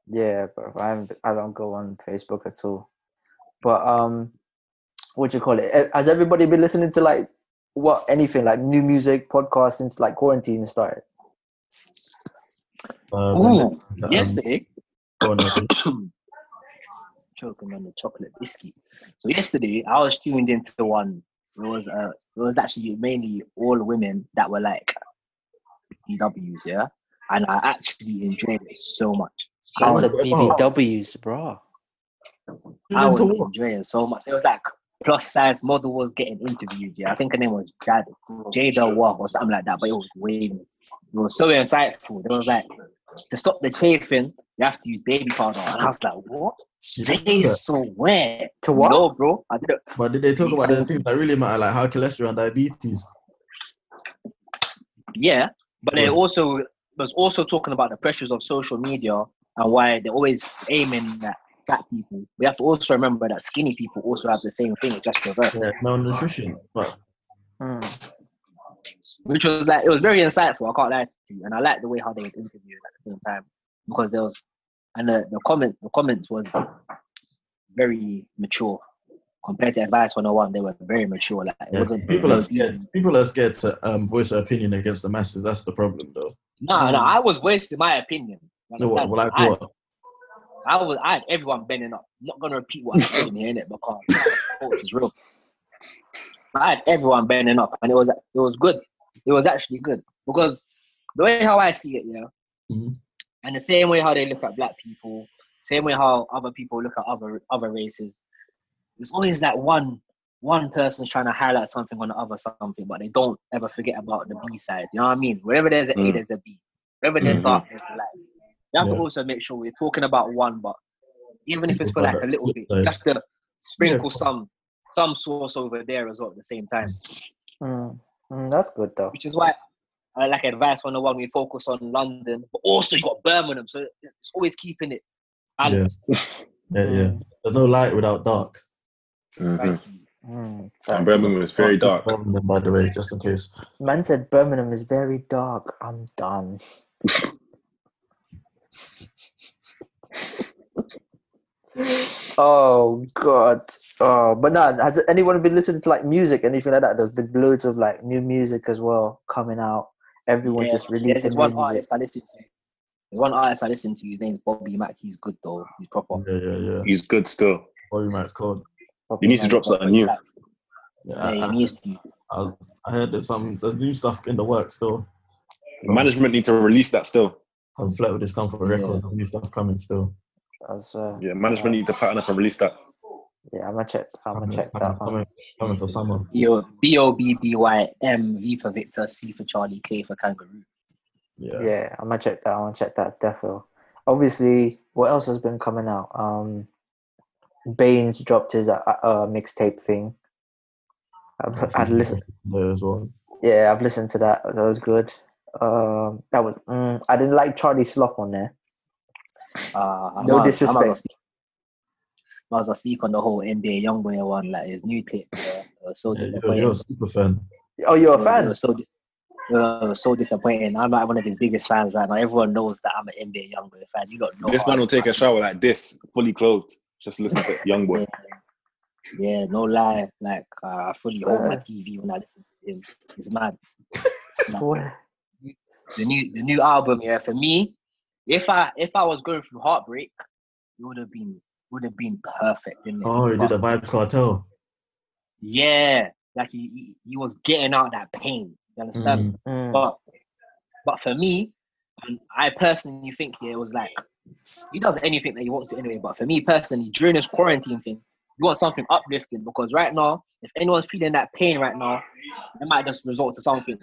C: Yeah, bro. I haven't, I don't go on Facebook at all. But um, what you call it? Eh, Has everybody been listening to like what anything like new music podcasts since like quarantine started?
D: Uh,
E: Ooh,
D: the, um,
E: yesterday.
D: oh, no.
E: choking on the chocolate biscuit. So yesterday, I was tuned into one. It was uh, it was actually mainly all women that were like DWs, yeah. And I actually enjoyed it so much. I
F: Oh,
C: That's
E: was,
C: a BBWs, bro.
E: I was enjoying it so much. It was like plus size model was getting interviewed. Yeah, I think her name was Jada, Jada Wah or something like that. But it was way, it was so insightful. It was like to stop the chafing, you have to use baby powder. And I was like, what? Say so where?
C: To what?
E: No, bro. I didn't.
D: But did they talk about the things that really matter, like high cholesterol and diabetes?
E: Yeah, but they
D: Good.
E: also was also talking about the pressures of social media and why they're always aiming at fat people. We have to also remember that skinny people also have the same thing, it's just reversed.
D: Yeah, uh, malnutrition. But
C: Mm.
E: Which was like it was very insightful. I can't lie to you, and I liked the way how they was interviewed at the same time because there was and the, the comment the comments was very mature compared to Advice 101. They were very mature. Like it
D: yeah,
E: wasn't
D: people are scared. People are scared to um, voice their opinion against the masses. That's the problem, though.
E: No, no, I was wasting my opinion. You
D: No, what,
E: understand?
D: what
E: I-
D: I thought.
E: I was I had everyone bending up. I'm not gonna repeat what I said in here, innit? Because coach is real. I had everyone bending up and it was it was good. It was actually good. Because the way how I see it, you know,
D: Mhm.
E: and the same way how they look at black people, same way how other people look at other other races, there's always that one one person's trying to highlight something on the other something, but they don't ever forget about the B side. You know what I mean? Wherever there's an A,
F: Mm.
E: there's a B. Wherever there's
F: Mhm.
E: dark, there's a light. You have
D: Mm-hmm.
E: to
D: Yeah.
E: also make sure we're talking about one, but even if it's for
D: Talk
E: like
D: about
E: a
D: that
E: little
D: flip
E: bit,
D: side.
E: you have to sprinkle
D: Yeah.
E: some some sauce over there as well at the same time.
C: Mm. Mm, that's good though.
E: Which is why I like advice 101, we focus on London, but also you got Birmingham, so it's always keeping it balanced.
D: Yeah, yeah.
C: Mm.
D: There's no light without dark.
B: Mm-hmm.
F: Mhm.
C: Mm,
F: And
C: that's-
F: Birmingham is very dark.
D: Birmingham, by the way, just in case.
C: Man said Birmingham is very dark. I'm
E: [laughs]
C: done. oh god. Oh, but no, has anyone been listening to like music, anything like that? There's been loads of like new music as well coming out. Everyone's
E: Yeah,
C: just
E: There's
C: releasing
E: this
C: new
E: one
C: music.
E: artist I listen to. There's one artist I listen to, his name's Bobby Mack, he's good though, he's proper.
C: Mm,
D: Yeah, yeah, yeah.
F: He's good still.
D: Bobby Mack's called.
C: Probably
F: He needs to drop
C: not.
E: Proper,
F: something new.
E: he's
D: Yeah,
E: like-
D: I,
C: Ah.
E: yeah,
D: I,
E: he needs to.
D: I, was, I heard there's some there's new stuff in the works still.
F: Management need to release that still.
D: Come flirt with this comfort
E: Yeah.
D: records. There's new stuff coming still.
C: That's, uh,
F: Yeah, management need to pattern up and release that.
C: yeah, I'm gonna check. I'm gonna
D: Coming,
C: check
D: coming,
C: that one.
D: coming, coming for summer.
E: Yo, B O B B Y M V for Victor, C for Charlie, K for Kangaroo.
D: Yeah.
C: Yeah, I'm gonna check that. I'm gonna check that definitely. Obviously, what else has been coming out? Um, Bane's dropped his uh, uh, mixtape thing. I've, I'd listen.
D: There as well.
C: Yeah, I've listened to that. That was good. Um, that was. Mm, I didn't like Charlie Slough on there.
E: Uh, I
C: No
E: might as- I might as well
C: disrespect.
E: speak- might as well speak on the whole NBA Youngboy one, like his new tape. Yeah. It was so
D: Yeah, you're,
E: disappointing.
D: you're a super fan.
C: Oh, you're
E: It
C: a
E: was- It
C: fan.
E: was so, dis- it was so disappointing. I'm like one of his biggest fans right now. Everyone knows that I'm an NBA Youngboy fan. You don't know.
F: This
E: how
F: man
E: I-
F: will take a shower like this, fully clothed. Just listen to young
B: [laughs]
F: boy.
E: Yeah, no lie. Like uh, I fully hold my
C: Yeah.
E: TV when I listen to him.
C: [laughs]
E: It's mad.
C: What?
E: the new the new album, yeah, for me, if I if I was going through heartbreak, it would have been would have been perfect, didn't it?
D: Oh, you did a Vibes Cartel.
E: Yeah, like he, he he was getting out that pain. You understand?
D: Mm.
C: Mm,
E: But but for me, and I personally think yeah, it was like he does anything that he wants to anyway. But for me personally, during this quarantine thing, you want something uplifting because right now, if anyone's feeling that pain right now, it might just result to something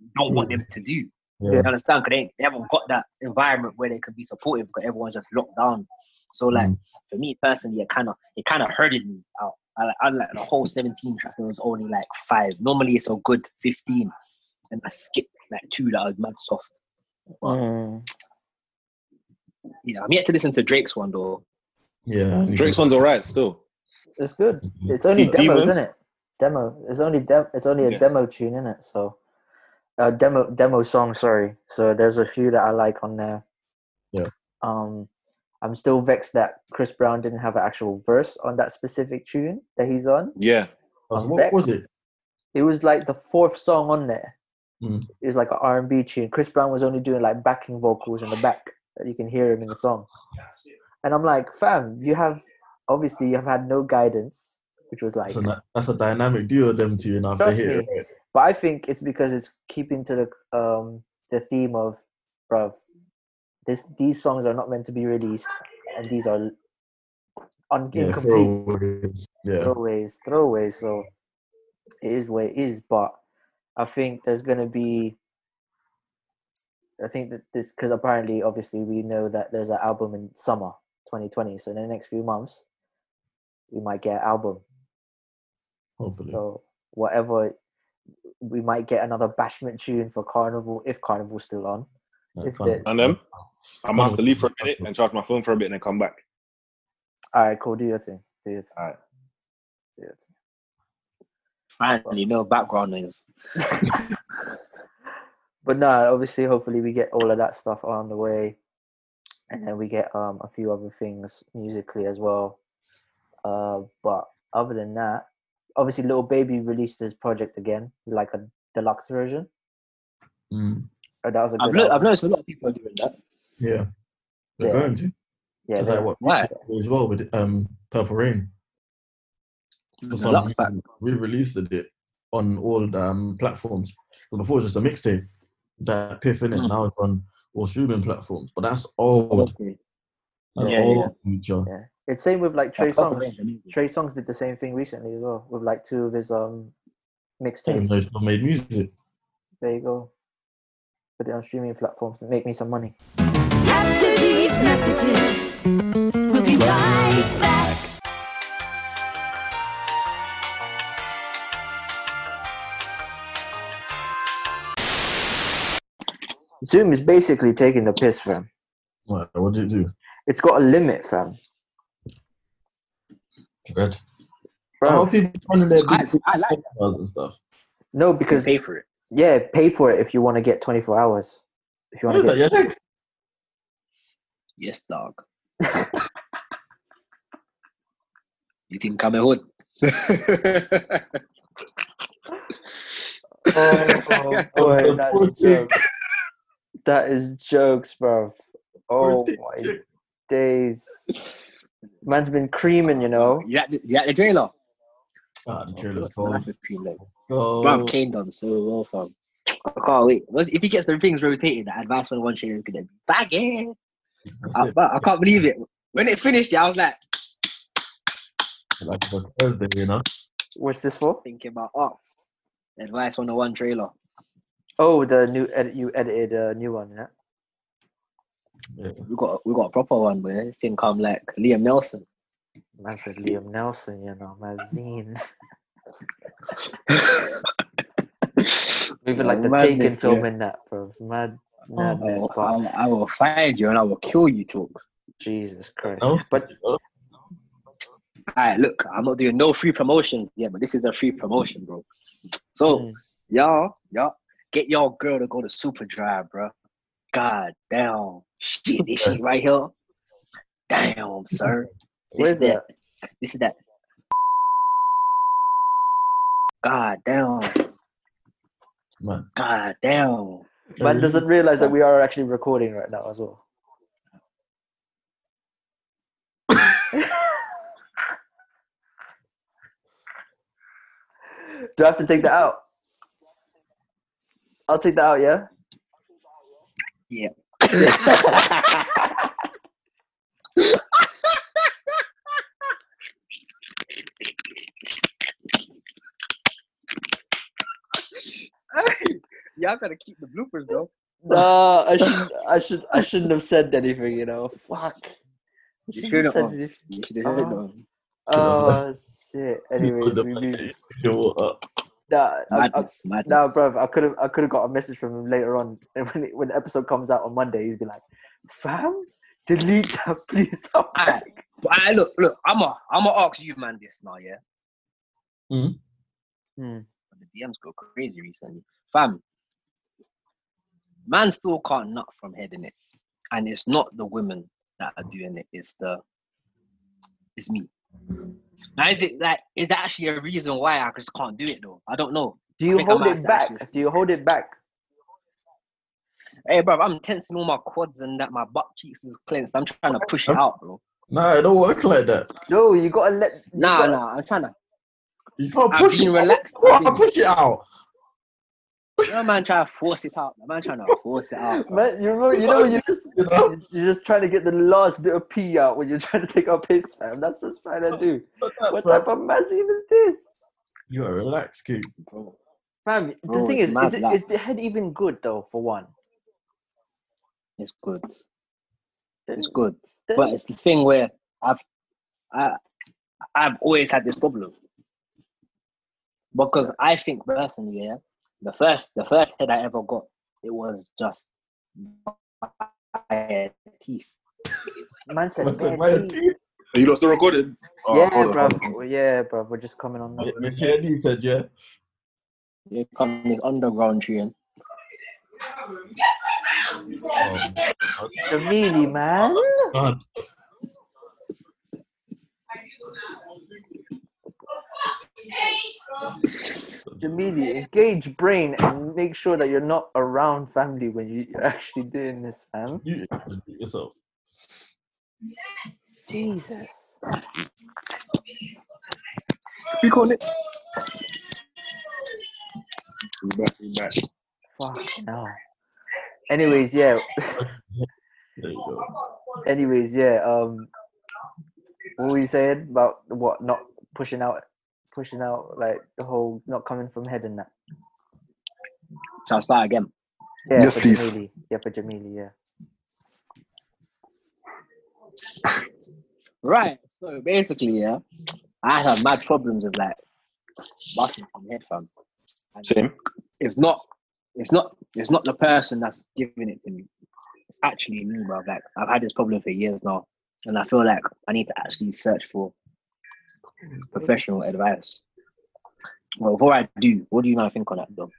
E: you don't want them to do. You
D: Yeah.
E: understand? Because they, they haven't got that environment where they can be supportive because everyone's just locked down. So like
D: Mm.
E: for me personally, it kind of it kind of hurted me out. I, like- I like the whole 17 track. It was only like five. Normally it's a good 15, and I skipped like two that was mad soft.
C: mm.
E: Yeah, I'm yet to listen to Drake's one though.
D: Yeah.
F: Drake's one's alright still.
C: It's good. It's only
F: Deep
C: demos,
F: Demons?
C: isn't it? Demo. It's only dem. It's only a
F: Yeah.
C: demo tune, isn't it? So, uh, demo demo song. Sorry. So there's a few that I like on there.
D: Yeah.
C: Um, I'm still vexed that Chris Brown didn't have an actual verse on that specific tune that he's on.
F: Yeah.
C: I'm
D: What was
C: vexed.
D: it?
C: It was like the fourth song on there.
D: Mm.
C: It was like an R&B tune. Chris Brown was only doing like backing vocals in the back. that You can hear him in the song. And I'm like, fam, you have obviously you have had no guidance, which was like
D: That's a, na- that's a dynamic duo, them two, and after
C: Trust
D: here.
C: me. But I think it's because it's keeping to the um the theme of, bruv, this these songs are not meant to be released, and these are un-
D: Yeah,
C: incomplete
D: throwaways. Yeah.
C: throwaways, throwaways. So it is what it is. But I think there's gonna be. I think that this because apparently, obviously, we know that there's an album in summer 2020. So in the next few months, we might get an album.
D: Hopefully.
C: So whatever, we might get another bashment tune for Carnival if Carnival's still on.
D: Yeah,
C: if
D: fine.
C: they-
F: And them? I might have to leave for a minute and charge my phone for a bit and then come back.
C: All right, cool. Do your thing. Do your thing.
F: All right.
C: Do your thing.
E: Finally, no background noise.
C: But no, obviously, hopefully, we get all of that stuff on the way, and then we get um a few other things musically as well. Uh, but other than that, obviously, Little Baby released his project again, like a deluxe version.
D: Mm,
C: Oh, that was a good.
E: I've, lo- I've
C: album.
E: noticed a lot of people are doing that.
D: yeah. They're
C: Yeah.
D: going to.
C: yeah,
D: It's
C: they-
D: like what
E: Why?
D: we did as well with um Purple Rain. For
E: Mm,
D: some
E: Lux Pack.
D: reason, we released it on all the um, platforms. But before it was just a mixtape. That piff in it
E: Mm.
D: now it's on all streaming platforms. But that's old.
E: Okay.
D: That's
E: Yeah,
D: old future.
C: yeah. It's same with like Trey
E: Like, Purple
C: Songs.
E: Rain's amazing.
C: Trey Songs did the same thing recently as well with like two of his um
D: I didn't even know
C: mixtapes.
D: they still made music.
C: There you go. Put it on streaming platforms. Make me some money.
G: After these messages, we'll be right back.
C: Zoom is basically taking the piss, fam.
D: What, what did it do?
C: It's got a limit, fam.
D: Dread. How
C: Bro,
D: are people running their
E: I,
D: big
E: I like it.
D: cars and stuff?
C: no,
E: You
C: because
E: pay for it.
C: yeah, pay for it if you want to get 24 hours. If you want
D: What
C: to
D: is
C: get
D: that, yeah?
E: Yes, dog. you think I'm a hood?
C: oh, boy, that is jokes. That is jokes, bro. Oh my days, man's been creaming, you know.
E: Yeah, the- yeah, the jailer.
D: Ah, the trailer's Oh.
E: Bro,
D: cold. Go.
E: Kane done so well, fam. I can't wait. Once- If he gets the things rotated, the advanced one one chain is gonna be back in.
D: That's
E: I,
D: it.
E: bro, I can't believe it. When it finished, yeah, I was like
D: Like for Thursday, you know?
C: What's this for?
E: thinking about us. Advice 101 trailer.
C: Oh, the new edit. You edited a new one, yeah.
D: Yeah.
E: We got a- we got a proper one, but this thing come like
D: [laughs]
E: Liam Nelson.
C: Man said Liam Nelson, you know, Mazine. Even like the Taken
E: Madness,
C: film
E: yeah. Oh,
C: in that, bro. Mad
E: I
C: madness,
E: will, I
C: but
E: will- I will find you and I will kill you, talks.
C: Jesus Christ.
D: That was-
C: But
E: All right, look, I'm not doing no free promotions. Yeah, but this is a free promotion, bro. So,
C: mm,
E: y'all, y'all, get your girl to go to Superdry, bro. God damn. Shit, this shit right here. Damn, sir. This
C: where's that?
E: This is that. God damn.
D: man.
E: God damn.
C: Man doesn't realize that we are actually recording right now as well. Do I have to take that out? I'll take that out, yeah?
E: Yeah. Y'all gotta keep the bloopers though.
C: No,
E: [laughs]
C: I should I should I shouldn't have said anything, you know. Fuck. I
E: You
C: shouldn't
E: should
C: have
E: have.
C: said
E: um,
C: anything.
E: You should have heard
C: Oh.
E: them.
C: Oh shit. Anyways, we moved.
D: Anyways,
C: Nah, I, I,
E: Uh, Madness, madness.
C: nah, bruv, I could have I could have got a message from him later on, [laughs] and when it, when the episode comes out on Monday, he's be like, "Fam, delete that, [laughs] please." I'm
E: Alright,
C: like,
E: But I look, look, I'm a, I'm gonna ask you, man, this now, yeah.
D: Mhm.
C: Hmm.
E: The DMs go crazy recently, fam. Man still can't nut from head in it, and it's not the women. that are doing it. It's the it's me. Now is it like is that actually a reason why I just can't do it though? I don't know.
C: Do you
E: think I
C: hold
E: might
C: it
E: have to
C: back?
E: actually
C: Do you hold it back?
E: Hey bro, I'm tensing all my quads and that my butt cheeks is clenched. I'm trying to push it out, bro.
D: Nah, it don't work like that.
C: No, you gotta let. you
E: Nah,
C: gotta-
E: nah, I'm trying to
D: You can't
E: I've
D: push
E: been
D: it.
E: relaxed.
D: Bro,
E: I've been-
D: push it out.
E: No man trying to force it out. man trying to force it out. bro.
C: Man, you remember, you know, you just
D: You know?
C: you're just trying to get the last bit of pee out when you're [laughs] trying to take up piss, fam. That's what it's trying to do. What type of massive is this,
D: You gotta relax, kid.
F: Bro,
C: fam? The
E: Bro,
C: thing
E: it's
C: is,
E: mad
C: is, it,
E: laugh.
C: is the head even good though? For one,
E: It's good.
C: Then-
E: It's good.
C: then-
E: But it's the thing where I've I I've always had this problem. Because I think personally, yeah, the first the first head I ever got, it was just by teeth.
C: man said,
D: What's it,
C: "Bare
D: my
C: teeth."
D: teeth?
F: are you not still recording? Oh,
C: yeah,
F: hold on,
C: bro.
F: hold on.
C: Yeah, bro. We're just coming on.
D: Yeah, the KD said, yeah.
E: You come this underground train.
D: Oh, [laughs]
C: Really, man.
D: God.
C: Jamili, engage brain and make sure that you're not around family when you, you're actually doing this, fam.
D: You just beat yourself.
C: Jesus.
E: Speak on it.
F: We back, we back.
C: Fucking hell. Anyways, yeah.
D: There you go.
C: Anyways, yeah. Um, what were you saying about what not pushing out, pushing out like the whole not coming from head and that?
E: Shall I start again?
C: Yeah,
B: Yes,
C: for
B: please.
C: Jamili. Yeah, for Jamili. Yeah.
E: Right. So basically, yeah, I have mad problems with like busting from head fam.
F: Same.
E: it's not it's not it's not the person that's giving it to me. It's actually me, bro. Like I've had this problem for years now, and I feel like I need to actually search for professional advice. Well, before I do, what do you now think on that, though?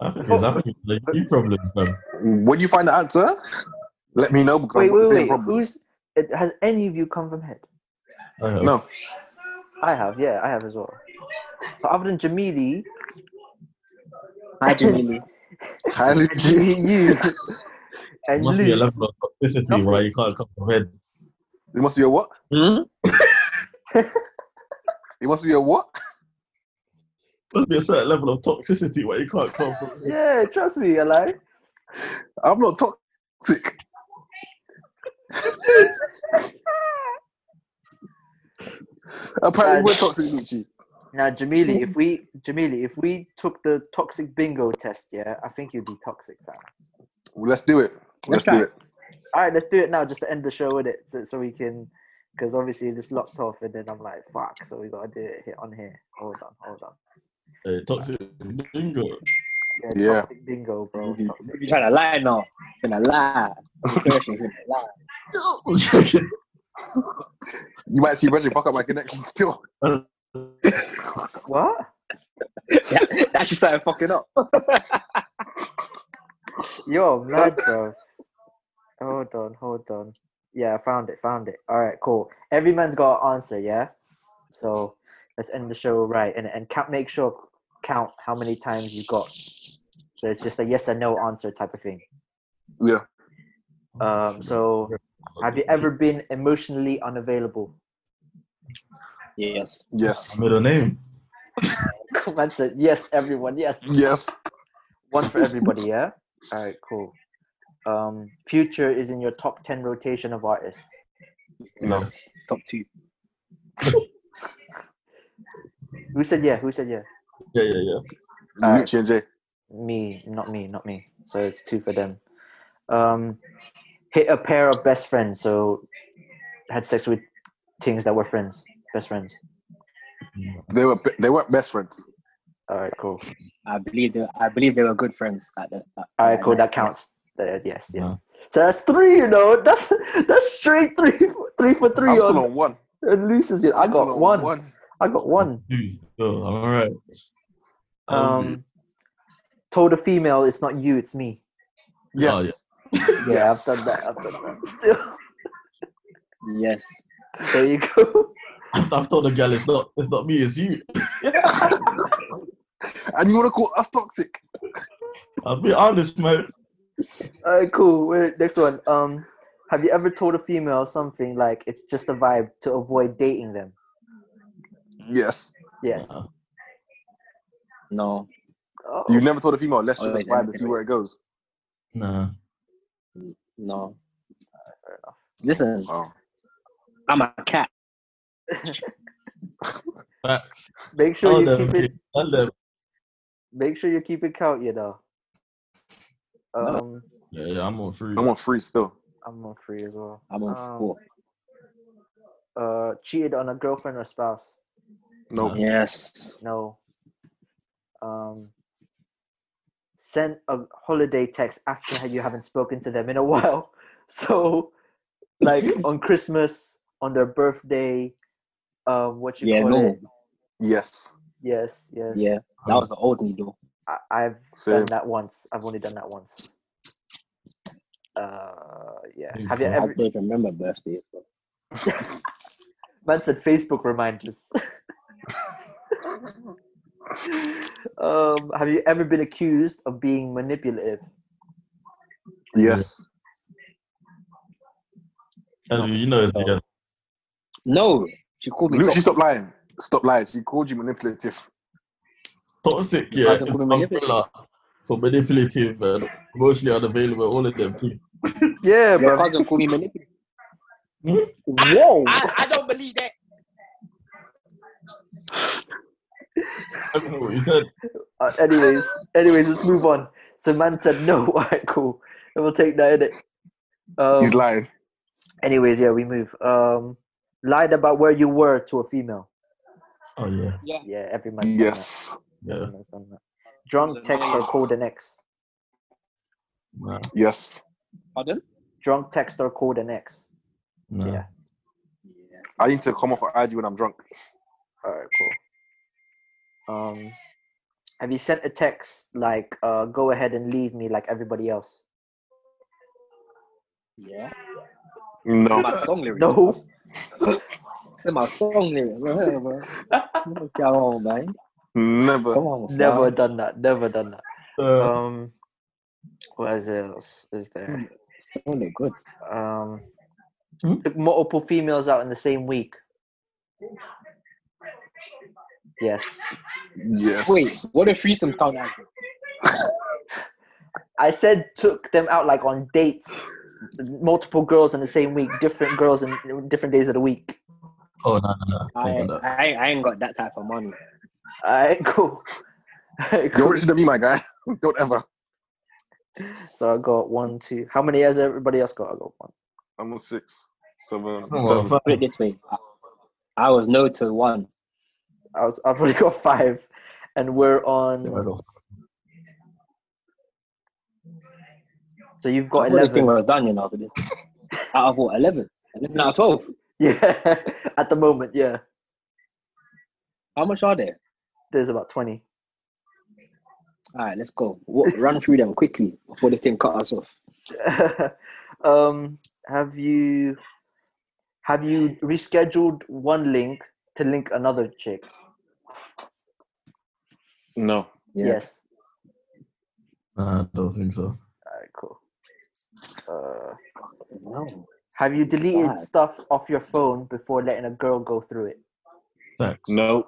D: I think it's, I think it's a you problem, bro.
B: When you find the answer, let me know because
C: Wait,
B: I've got the
C: wait,
B: same
C: wait.
B: problem.
C: Who's? it- Has any of you come from head?
D: Okay.
C: [laughs]
B: No,
C: I have. Yeah, I have as well. But other than Jamili,
E: Hi, Jamili.
B: Hi,
D: [laughs]
B: Luigi.
C: you
D: There
C: and
D: must be a
C: Luce.
D: level of toxicity where you can't come from head.
B: It must be a what?
E: [laughs] Hmm?
B: It must be a what?
D: There must be a certain level of toxicity where you can't come from head.
C: Yeah, trust me, alive.
B: I'm not
C: [laughs]
B: toxic. Apparently, we're toxic, Luigi.
C: Now, Jamili, if we Jamili, if we took the toxic bingo test, yeah, I think you'd be toxic, fam.
B: Well, let's do it. Let's do it.
C: All right, let's do it now, just to end the show with it, so, so we can, because obviously this locked off, and then I'm like, fuck, so we gotta do it here on here. Hold on, hold on.
D: Hey, toxic bingo.
C: Yeah,
B: Yeah.
C: toxic bingo, bro.
E: Mhm.
C: Toxic.
E: You trying to lie now? Been a lie. Conspiracy, been a lie. [laughs]
B: You might see Reggie fuck up my connection still.
C: What?
E: That, that actually started fucking up.
C: Yo, mad, bro. Hold on, hold on. Yeah, I found it, found it. All right, cool. Every man's got an answer, yeah? So let's end the show right and, and count, make sure, count how many times you got. So it's just a yes or no answer type of thing.
B: Yeah.
C: Um, so have you ever been emotionally unavailable? [laughs]
E: Yes.
B: Yes.
D: Middle name.
C: Man said, yes, everyone, yes.
B: Yes.
C: One for everybody, yeah? All right, cool. Um, Future is in your top 10 rotation of artists.
B: No.
E: Top two.
C: Who said yeah? Who said yeah?
D: Yeah, yeah, yeah.
B: Uh, Lucci and Jay.
C: me, not me, not me. So it's two for them. Um, hit a pair of best friends. So had sex with things that were friends, best friends.
B: They were they weren't best friends.
C: All right, cool.
E: I believe they. I believe they were good friends. At the, at-
C: All right, cool.
E: at
C: That
E: night.
C: counts. Uh, yes, yes.
D: Yeah.
C: So that's three. You know, that's that's straight three, for- three for three
B: I'm still
C: on,
B: on one.
C: on Lucy's. I
B: I'm still
C: got
B: on
C: one. I got one.
D: Dude, oh, all right.
C: Um, told a female it's not you, it's me.
B: Yes.
D: Oh, yeah.
C: Yeah,
B: Yes.
C: I've done that. [laughs] I've done that. Still.
E: Yes.
C: There you go.
D: I've, I've told the girl it's not it's not me, it's you.
B: And you want to call us toxic?
D: I'll be honest, man.
C: All right, cool. Wait, next one. Um, have you ever told a female something like it's just a vibe to avoid dating them? Mm-hmm.
B: Yes.
C: Yes.
E: Uh-huh.
D: No.
E: No.
C: Oh,
B: You never told a female, let's
E: Oh,
B: just
E: wait,
B: vibe
E: wait,
B: and see
E: wait.
B: where it goes.
D: Nah.
E: No. Listen,
C: Oh.
B: Wow.
E: I'm a cat.
D: Facts.
C: make
E: Oh,
C: sure you
D: Tell
C: keep
D: them,
C: it.
D: kid. Tell them.
C: Make sure you keep it count. You know. Um,
D: Yeah, yeah, I'm on through.
B: I want free still.
C: I'm on free as well.
E: I'm on
C: Um,
E: four.
C: Uh, cheated on a girlfriend or spouse?
B: No.
D: Nah.
E: Yes.
C: No. Um. Sent a holiday text after you haven't spoken to them in a [laughs] while. So,
E: [laughs]
C: like on Christmas, on their birthday, um, what you
E: Yeah,
C: call
E: no.
C: it? Mm-hmm.
B: Yes.
C: Yes, yes.
E: Yeah. That was the old me though.
C: I, I've
B: Same.
C: done that once. I've only done that once. Uh, yeah.
D: Think
C: Have you
D: so.
E: I
C: ever?
E: don't even remember birthdays though.
C: Man said Facebook
E: [laughs]
C: reminders. [laughs] um, have you ever been accused of being manipulative?
B: Yes.
D: Tell you, you know it's the uh, girl.
E: No. She called me
B: Luke, she
E: toxic.
B: stopped lying. Stop lying. She called you manipulative.
D: Toxic,
E: You
D: yeah.
E: guys are
D: It's
E: full of
D: umbrella for manipulative and emotionally unavailable, all of them. too.
C: Yeah,
E: Your
C: bro.
E: cousin called me manipulative.
C: Whoa.
E: [laughs] I, I don't believe that.
D: I don't know what you said.
C: Uh, anyways, anyways, let's move on. So man said no. [laughs] All right, cool. And we'll take that in it. Um,
B: He's lying.
C: anyways, yeah, we move. Um, lied about where you were to a female.
D: Oh, yeah.
E: Yeah.
C: Yeah, every man's done that.
B: Yes.
D: Yeah.
C: Every man's done that. Drunk text or called an ex.
D: Nah.
B: Yes.
E: Pardon?
C: Drunk text or called an ex.
D: Nah.
C: Yeah.
E: Yeah.
B: I need to come off of IG when I'm drunk.
C: All right, cool. Um, have you sent a text like uh, "Go ahead and leave me" like everybody else?
E: Yeah.
B: No.
E: My song lyrics.
C: No.
E: It's in my song lyrics. Whatever, bro. Come on, man.
B: Never.
E: Come on, son.
C: Never done that. Never done that.
D: Uh,
C: Um, what else is there?
E: It's only good.
C: Um,
D: Hmm?
C: took multiple females out in the same week. Yes,
B: Yes.
E: Wait, what if threesome count as?
C: I said took them out like on dates, multiple girls in the same week, different girls in different days of the week.
D: oh, no, no, no.
E: I,
D: Ain't got that.
E: I, I ain't got that type of money.
C: All right, [laughs] cool. All right,
B: You're
C: cool.
B: richer than me, my guy. [laughs] Don't ever.
C: So I got one, two. How many has everybody else got? I got one.
B: I'm on six, seven,
D: Oh,
B: seven.
D: fuck.
E: Put it this way. I, I was no to one.
C: I was, I've already [laughs] got five, and we're
D: Yeah, I
C: on.
D: got-
C: So you've
E: I
C: got
E: thought this thing
C: eleven.
E: was done, you know. But it's- out of what, 11? 11 out of 12?
C: [laughs] Yeah, at the moment, yeah.
E: How much are there?
C: There's about twenty.
E: All right, let's go. What, run through them quickly before this thing cut us off.
C: [laughs] um, have you have you rescheduled one link to link another chick?
B: No.
E: Yeah.
C: Yes.
D: Nah, I don't think so.
C: All right, cool. Uh,
E: No.
C: have you deleted
E: Bad.
C: stuff off your phone before letting a girl go through it?
D: Facts.
B: No.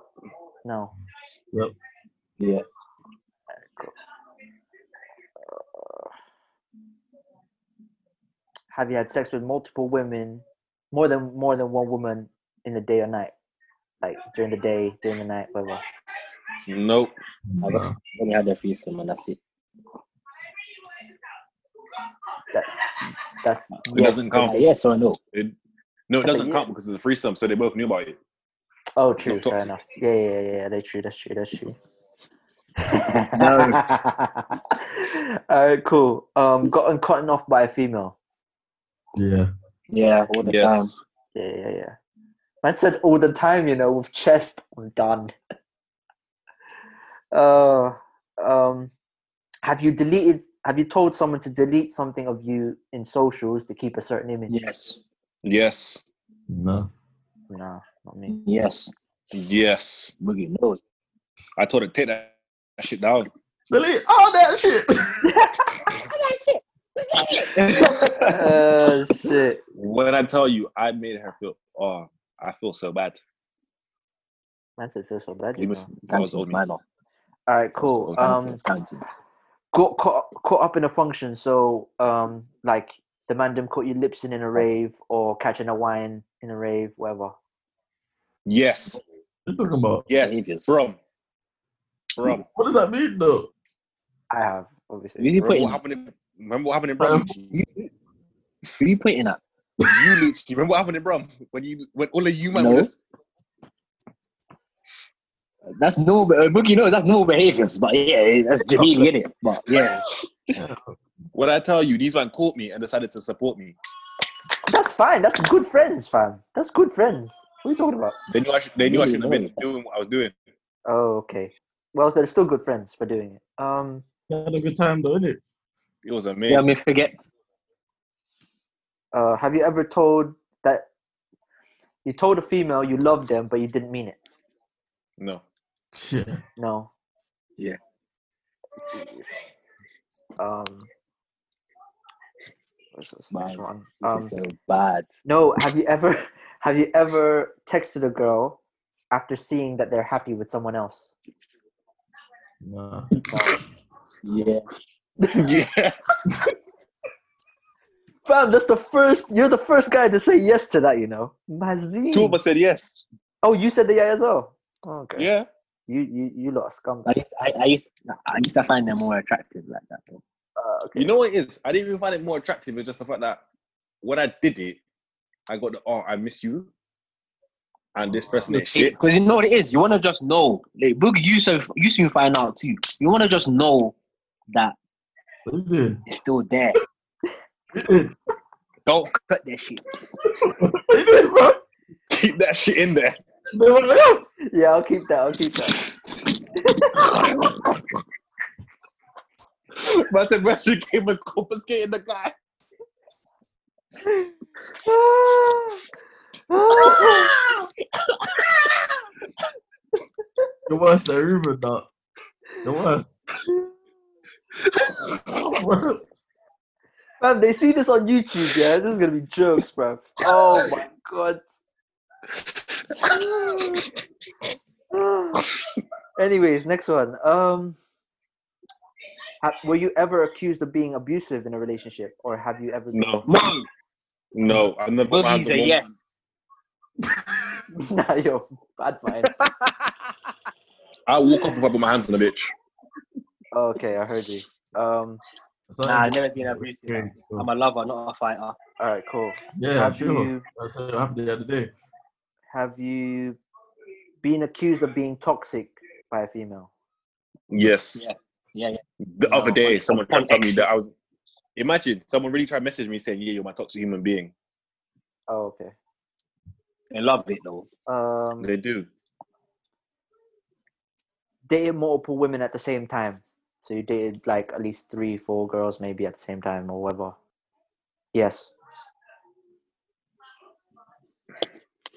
C: No.
E: Yeah.
C: Have you had sex with multiple women, more than more than one woman in a day or night, like during the day, during the night, whatever?
B: Nope.
E: I
D: Nah.
E: got only had a threesome and that's it.
C: That's that's
B: It
C: yes.
B: doesn't
F: Oh.
E: Uh,
B: count.
E: yes or no?
B: It, no, it
C: That's a
B: doesn't
C: yeah.
B: count because it's a threesome, so they both knew about it.
C: Oh,
B: not
C: true. Fair
B: toxic.
C: enough. Yeah, yeah, yeah. yeah, That's true. That's true. That's true. [laughs] All right, cool. Um, gotten cutting off by a female.
D: Yeah.
E: Yeah, all the time.
B: Yes.
C: Yeah, yeah, yeah. Man said all the time, you know, with chest, I'm done. [laughs] Uh, um, have you deleted? Have you told someone to delete something of you in socials to keep a certain image?
E: Yes.
B: Yes.
D: No.
C: No, not
B: [laughs]
C: me.
E: Yes.
F: Yes.
E: Boogie knows.
F: I told her, take that shit down.
D: Delete all that shit. [laughs]
C: Uh, shit.
F: When I tell you, I made her feel, oh, I feel so bad.
C: Man said feel so bad. You
F: Even
C: know.
F: if I was old
E: Canteens,
F: me.
E: my law.
C: All right,
F: It
C: cool.
F: was
C: Um,
E: Canteens, canteens.
C: caught, caught caught up in a function. So um, like the mandem caught you lipsing in a rave or catching a wine in a rave, whatever.
F: Yes.
D: You're talking about.
F: Yes.
E: Behaviors.
F: Brum. Brum.
D: What does that mean though?
C: I have obviously.
E: Who's he
F: Remember
E: putting?
F: what happened in, remember what happened in Brum?
E: Who you putting at?
F: you literally remember what happened in Brum when you when all of you man
E: No.
F: was
E: That's normal. Uh, Boogie knows that's normal behaviors. But yeah, that's Jamili, innit? But yeah.
F: when I tell you these man caught me and decided to support me.
C: That's fine. That's good friends, fam. That's good friends. What are you talking about?
F: They knew I should they knew I
E: Really,
F: shouldn't have
E: really?
F: been doing what I was doing.
C: Oh, okay. Well, they're still good friends for doing it. Um,
D: You had a good time though, innit?
F: It was
E: Yeah, I
F: amazing.
E: mean, forget.
C: uh, have you ever told that you told a female you loved them but you didn't mean it?
F: No.
D: Shit.
C: No.
F: Yeah.
C: Jeez. Um. What's this next
E: Man,
C: one?
E: This
C: Um,
E: is so bad.
C: no. Have you ever [laughs] have you ever texted a girl after seeing that they're happy with someone else?
D: Nah.
E: Yeah.
F: [laughs] yeah.
C: Fam, that's the first. You're the first guy to say yes to that. You know, Mazin.
F: Two of us said [laughs] yes.
C: Oh, you said the yeah as well. Okay.
F: Yeah.
C: You you you lot of scum.
E: I used, I, I used, I used to find them more attractive like that. Though.
C: Uh, okay.
F: You know what it is? I didn't even find it more attractive. It's just the fact that when I did it, I got the oh, I miss you. And this person is shit.
E: Because you know what it is. You want to just know. Like, Boogie, you so you soon find out too. You want to just know that
D: What you doing?
E: it's still there.
D: What you doing?
E: Don't cut that shit.
D: What you doing, bro?
F: Keep that shit in there.
D: They want to help.
C: [laughs] Yeah, I'll keep that. I'll keep
F: [laughs]
C: that.
F: That's a Bradley came and confiscating the
C: [laughs]
F: guy.
C: Ah.
D: The worst that rumor, dog. The worst. worst.
C: Man, they see this on YouTube. Yeah, this is gonna be jokes, bruv. Oh my god. Anyways, next one. Um, ha- were you ever accused of being abusive in a relationship, or have you ever? Been
F: No,
E: No,
F: no, I never. put my hands
E: Boogie's
F: on
E: a
F: one-
C: [laughs]
E: yes.
C: nah, yo, bad mind.
F: I walk up if I put my hands on a bitch.
C: okay, I heard you. Um,
E: [laughs] Nah, I've never been abusive.
D: Okay, so-
E: I'm a lover, not a fighter.
C: all right, cool.
D: Yeah,
C: Have
D: sure.
C: you
D: That's what happened the other day.
C: have you been accused of being toxic by a female?
F: Yes.
E: Yeah. Yeah, yeah.
F: The
E: No,
F: other day,
E: on-
F: someone
E: on
F: tried to tell me
E: exit.
F: that I was. Imagine someone really tried to message me saying, "Yeah, you're my toxic human being."
C: Oh, okay.
E: I love it though.
C: Um,
F: They do.
C: dated multiple women at the same time. So you dated like at least three, four girls maybe at the same time or whatever. Yes.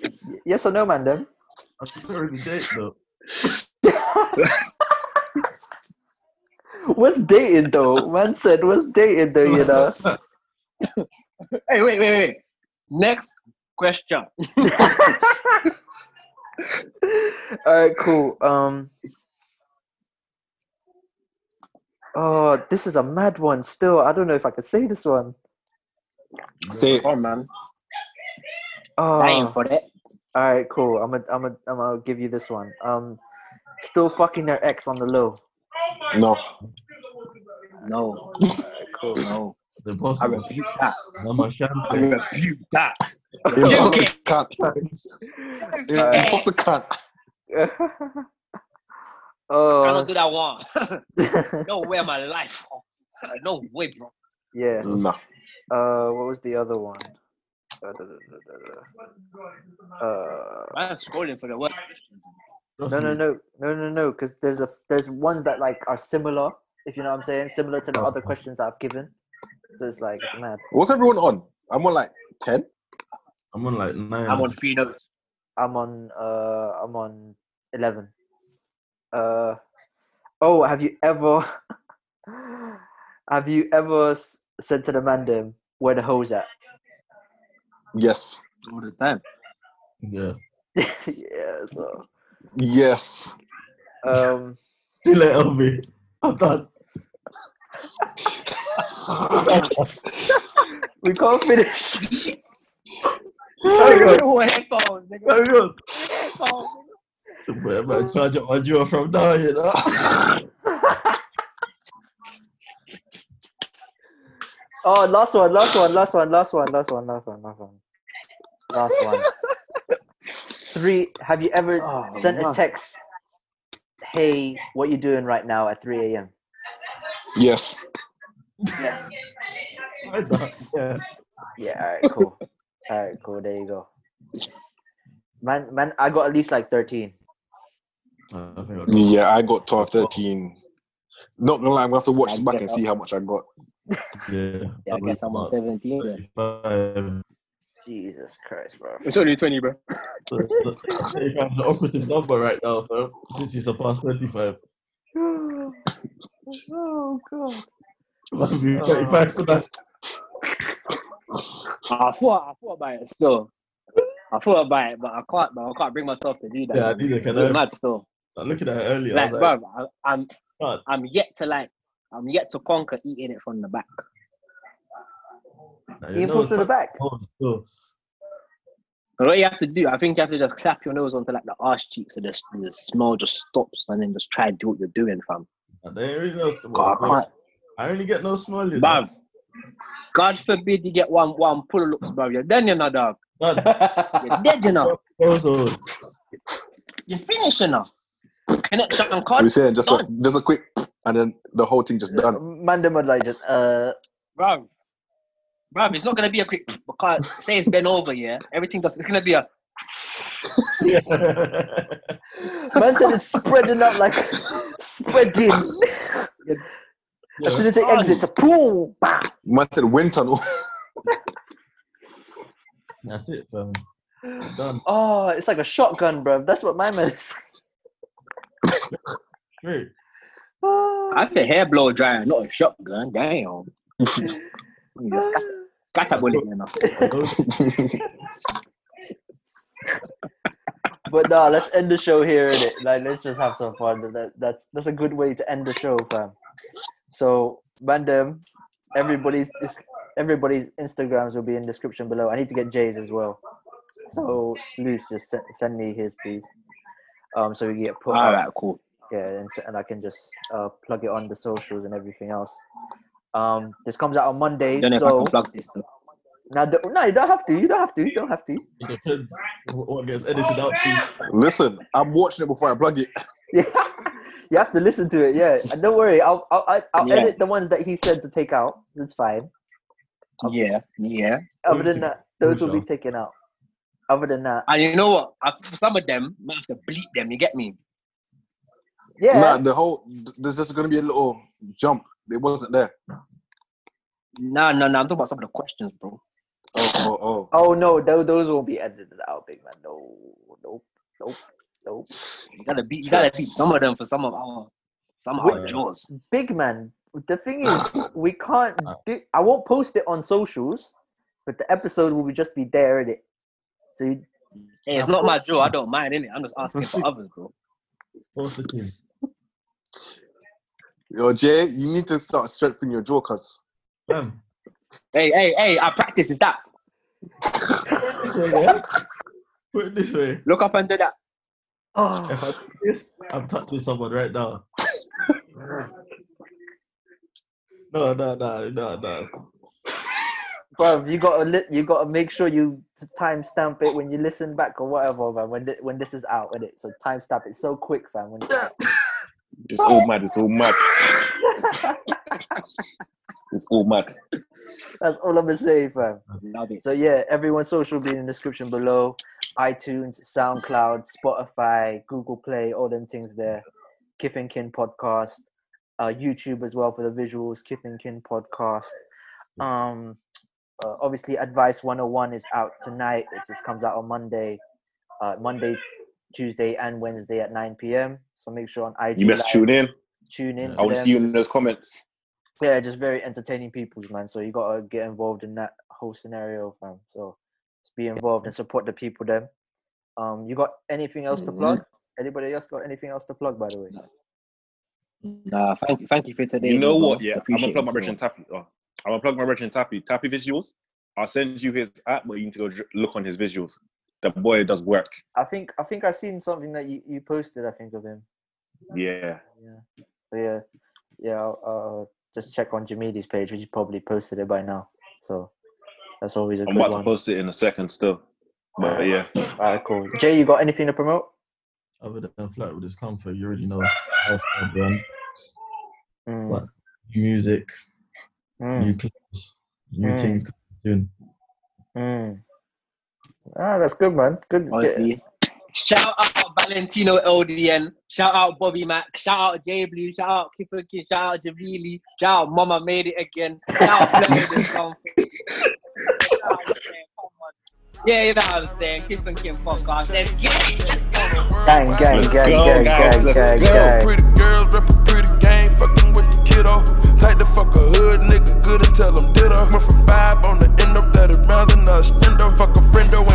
C: Y- Yes or no, man? Then
D: I couldn't really date though.
C: what's dating though? Man said, what's dating though? You know. [laughs]
E: Hey, wait, wait, wait. Next question.
C: All right, cool. Um. Oh, this is a mad one. Still, I don't know if I can say this one.
F: Say,
E: Come on, man.
C: Oh,
E: Dying for that.
C: All right, cool. I'm a, I'm a, I'm gonna give you this one. Um, still fucking their ex on the low.
E: [laughs]
F: no,
E: No,
C: Cool.
E: no.
D: It's
E: I
D: impossible.
E: rebuke that.
D: I'm a
F: I
D: chance.
F: rebuke that.
E: You
F: Impossible
E: get
F: cunt.
C: Alright.
F: Impossible cunt.
C: oh,
E: I don't do that one. no way, in my life. No way, bro.
C: [laughs] yeah.
B: Mm.
F: No,
C: Uh, what was the other one? Uh, da- da- da- da- da. Uh,
E: I'm scrolling for the word.
C: no, no, no, no, no, no. Because there's a there's ones that like are similar. If you know what I'm saying, similar to the other questions that I've given. So it's like it's mad.
F: what's everyone on? I'm on like ten.
D: I'm on like nine.
E: I'm on three notes.
C: I'm on uh I'm on eleven. Uh oh, have you ever [laughs] have you ever s- said to the man them where the hoes at? [laughs]
B: Yes.
E: all the time.
D: Yeah.
C: yeah, so
B: Yes.
C: um
D: Too late, LB. I'm done.
C: we can't finish. [laughs]
E: Headphones, nigga.
D: Carry on.
E: Headphones, nigga.
D: Where am I charge up my drawer from now, you know? [laughs]
C: Oh last one, last one, last one, last one, last one, last one, last one. Last one. Three have you ever
E: Oh,
C: sent a
E: man.
C: text Hey, what you doing right now at three AM?
B: yes.
C: Yes.
D: I'm done. yeah.
C: Yeah, all right, cool. all right, cool. There you go. Man, man, I got at least like 13.
D: I think I'll do it.
B: Yeah, I got 12, 13. Not gonna lie, I'm gonna have to watch
E: I
B: this back
E: guess
B: and
E: I'll-
B: see how much I got.
D: Yeah.
E: Yeah, I guess I'm on 17. then.
D: Five.
C: Jesus Christ, bro.
H: It's only 20, bro.
D: The, the, the operative number right now, so since you surpassed 25.
C: oh, God.
D: Might be 35 tonight.
E: I thought, I thought about it still. I thought about it, but I can't, but I can't bring myself to do that.
D: Yeah,
E: man.
D: neither can
E: It's
D: I.
E: mad still.
D: I'm looking at it earlier. I
E: Like,
D: was like,
E: bruv, I, I'm,
D: God.
E: I'm yet to like, I'm yet to conquer eating it from the back.
D: nah,
C: He
D: your
C: pulls
D: nose
C: to the
D: touch
C: back.
D: bone still.
E: But what you have to do, I think you have to just clap your nose onto like the arse cheek, so the, the smell just stops, and then just try and do what you're doing, fam.
D: Nah, They ain't really nose to
E: I
D: bone.
E: can't,
D: I only get no small. You know?
E: bruv. God forbid you get one one pull looks, bruv. You're done, you know, dog.
D: None.
C: [laughs]
E: [laughs] You're dead, you know.
D: Also,
E: You're finished, you know. Connection
B: What
E: card,
B: you saying? Just a, just a quick, and then the whole thing just done.
C: Man, the mud legend. Uh,
E: bruv. Bruv, it's not gonna be a quick [laughs] because say it's been over, yeah. Everything does. It's gonna be a
C: man said it's spreading out like [laughs] spreading. As soon as they exit, it's a pool.
B: Man said wind tunnel. [laughs]
D: that's it, fam. I'm done.
C: Oh, it's like a shotgun, bro. That's what my man is.
D: Great.
E: I said hair blow dryer, not a shotgun. Damn. Scatter bullets, you know.
D: I don't-
C: [laughs] But nah, let's end the show here, innit? Like, let's just have some fun. That, that's that's a good way to end the show, fam. So, Bandem, everybody's everybody's Instagrams will be in description below. I need to get Jay's as well. So, Luis, just send, send me his, please. Um, so we get put
E: All
C: up,
E: right, cool.
C: yeah, and, s- and I can just uh, plug it on the socials and everything else. Um, this comes out on Monday,
E: Don't know if I
C: so
E: can plug this. Though.
C: now, don't- no, you don't have to. You don't have to. You don't have to. [laughs]
D: It depends what what gets edited out. to you.
B: Listen, I'm watching it before I plug it.
C: Yeah, you have to listen to it. Yeah, and don't worry, I'll I'll, I'll, I'll
E: Yeah.
C: edit the ones that he said to take out. It's fine.
E: Yeah, yeah.
C: Other
D: Everything.
C: than that, those will be
D: Sure.
C: taken out. Other than that,
E: And you know what? I, for some of them, might have to bleep them. You get me?
B: Nah,
C: yeah,
B: the whole there's just gonna be a little jump. It wasn't there.
E: No, no, no. I'm talking about some of the questions, bro.
B: Oh, oh, oh.
C: Oh no, those those won't be edited out, big man. No, nope, nope, nope.
E: You gotta beat. You gotta beat some of them for some of our, some of our
D: Wait.
E: jaws.
C: Big man. The thing is, we can't do. I won't post it on socials, but the episode will just be there in it. So you,
E: Hey, it's not my jaw. I don't mind innit? I'm just asking for others, bro.
D: What's the team?
B: Yo, Jay, you need to start strengthening your jaw, cause
D: Fam.
E: Hey, hey, hey! I practice. Is that?
D: Put it this way, yeah? Put it this way.
E: Look up and do that.
C: [sighs] oh,
D: If I do this, I'm touching someone right now. No, no, no, no, no.
C: bro, you gotta li- you gotta make sure you t- timestamp it when you listen back or whatever, man. When thi- when this is out, and it so timestamp it so quick, fam. When it's out.
B: it's all mad. It's all mad. it's all mad.
C: That's all I'm gonna say, fam.
E: Love it.
C: So yeah, everyone's social will be in the description below. iTunes, SoundCloud, Spotify, Google Play, all them things there. Kith and Kin podcast, uh, YouTube as well for the visuals. Kith and Kin podcast. Um, Uh, obviously, Advice 101 is out tonight. It just comes out on Monday, uh, Monday, Tuesday, and Wednesday at 9 p.m. So make sure on IG
F: You best
C: Live,
F: tune in.
C: tune in.
F: I
C: to
F: want to
C: them.
F: see you in those comments.
C: Yeah, just very entertaining peoples, man. So you gotta get involved in that whole scenario, fam. So just be involved and support the people. Then, um, you got anything else to
F: Mhm.
C: plug? Anybody else got anything else to plug? By the way,
E: Nah, thank you, thank you for today.
F: You know
E: bro.
F: what? Yeah, I'm
E: Appreciate
F: gonna plug my
E: it,
F: Bridge and Tappy. Oh, I'm gonna plug my Bridge and Tappy. Tappy visuals. I'll send you his app, but you need to go dr- look on his visuals. The boy does work.
C: I think I think I seen something that you, you posted. I think of him.
F: Yeah,
C: Yeah, but yeah, yeah. I'll, I'll just check on Jamidi's page, which you probably posted it by now. So that's always a
F: I'm
C: good
F: about to
C: one.
F: post it in a second still. But yeah,
C: Alright, cool. Jay, you got anything to promote?
D: Other than flirt with discomfort, you already know. Health and brand,
C: Mm,
D: What? Music,
C: mm.
D: new clothes, new
C: Mm.
D: things coming soon.
C: Mm. Ah, that's good, man. Good.
E: man.
C: get-
E: Honestly. Shout out Valentino LDN. Shout out Bobby Mac. Shout out J Blue. Shout out Kiffer Kid. Shout out Javili. Shout out Mama Made It Again. Shout out Fleming and Tom. Shout out, man, [laughs] come on. Yeah, you know what I'm saying. Kif and Kim podcast. Let's get it. Let's go.
C: Gang, gang,
F: Let's
C: gang,
F: go,
C: gang,
F: guys,
C: gang,
F: let's
C: gang,
F: go.
C: gang.
H: Pretty girls rep a pretty game, fucking with the kiddo. Like the fuck a hood nigga, good and tell him ditto. Went from five on the end up that is round than a stendo. Fuck a friendo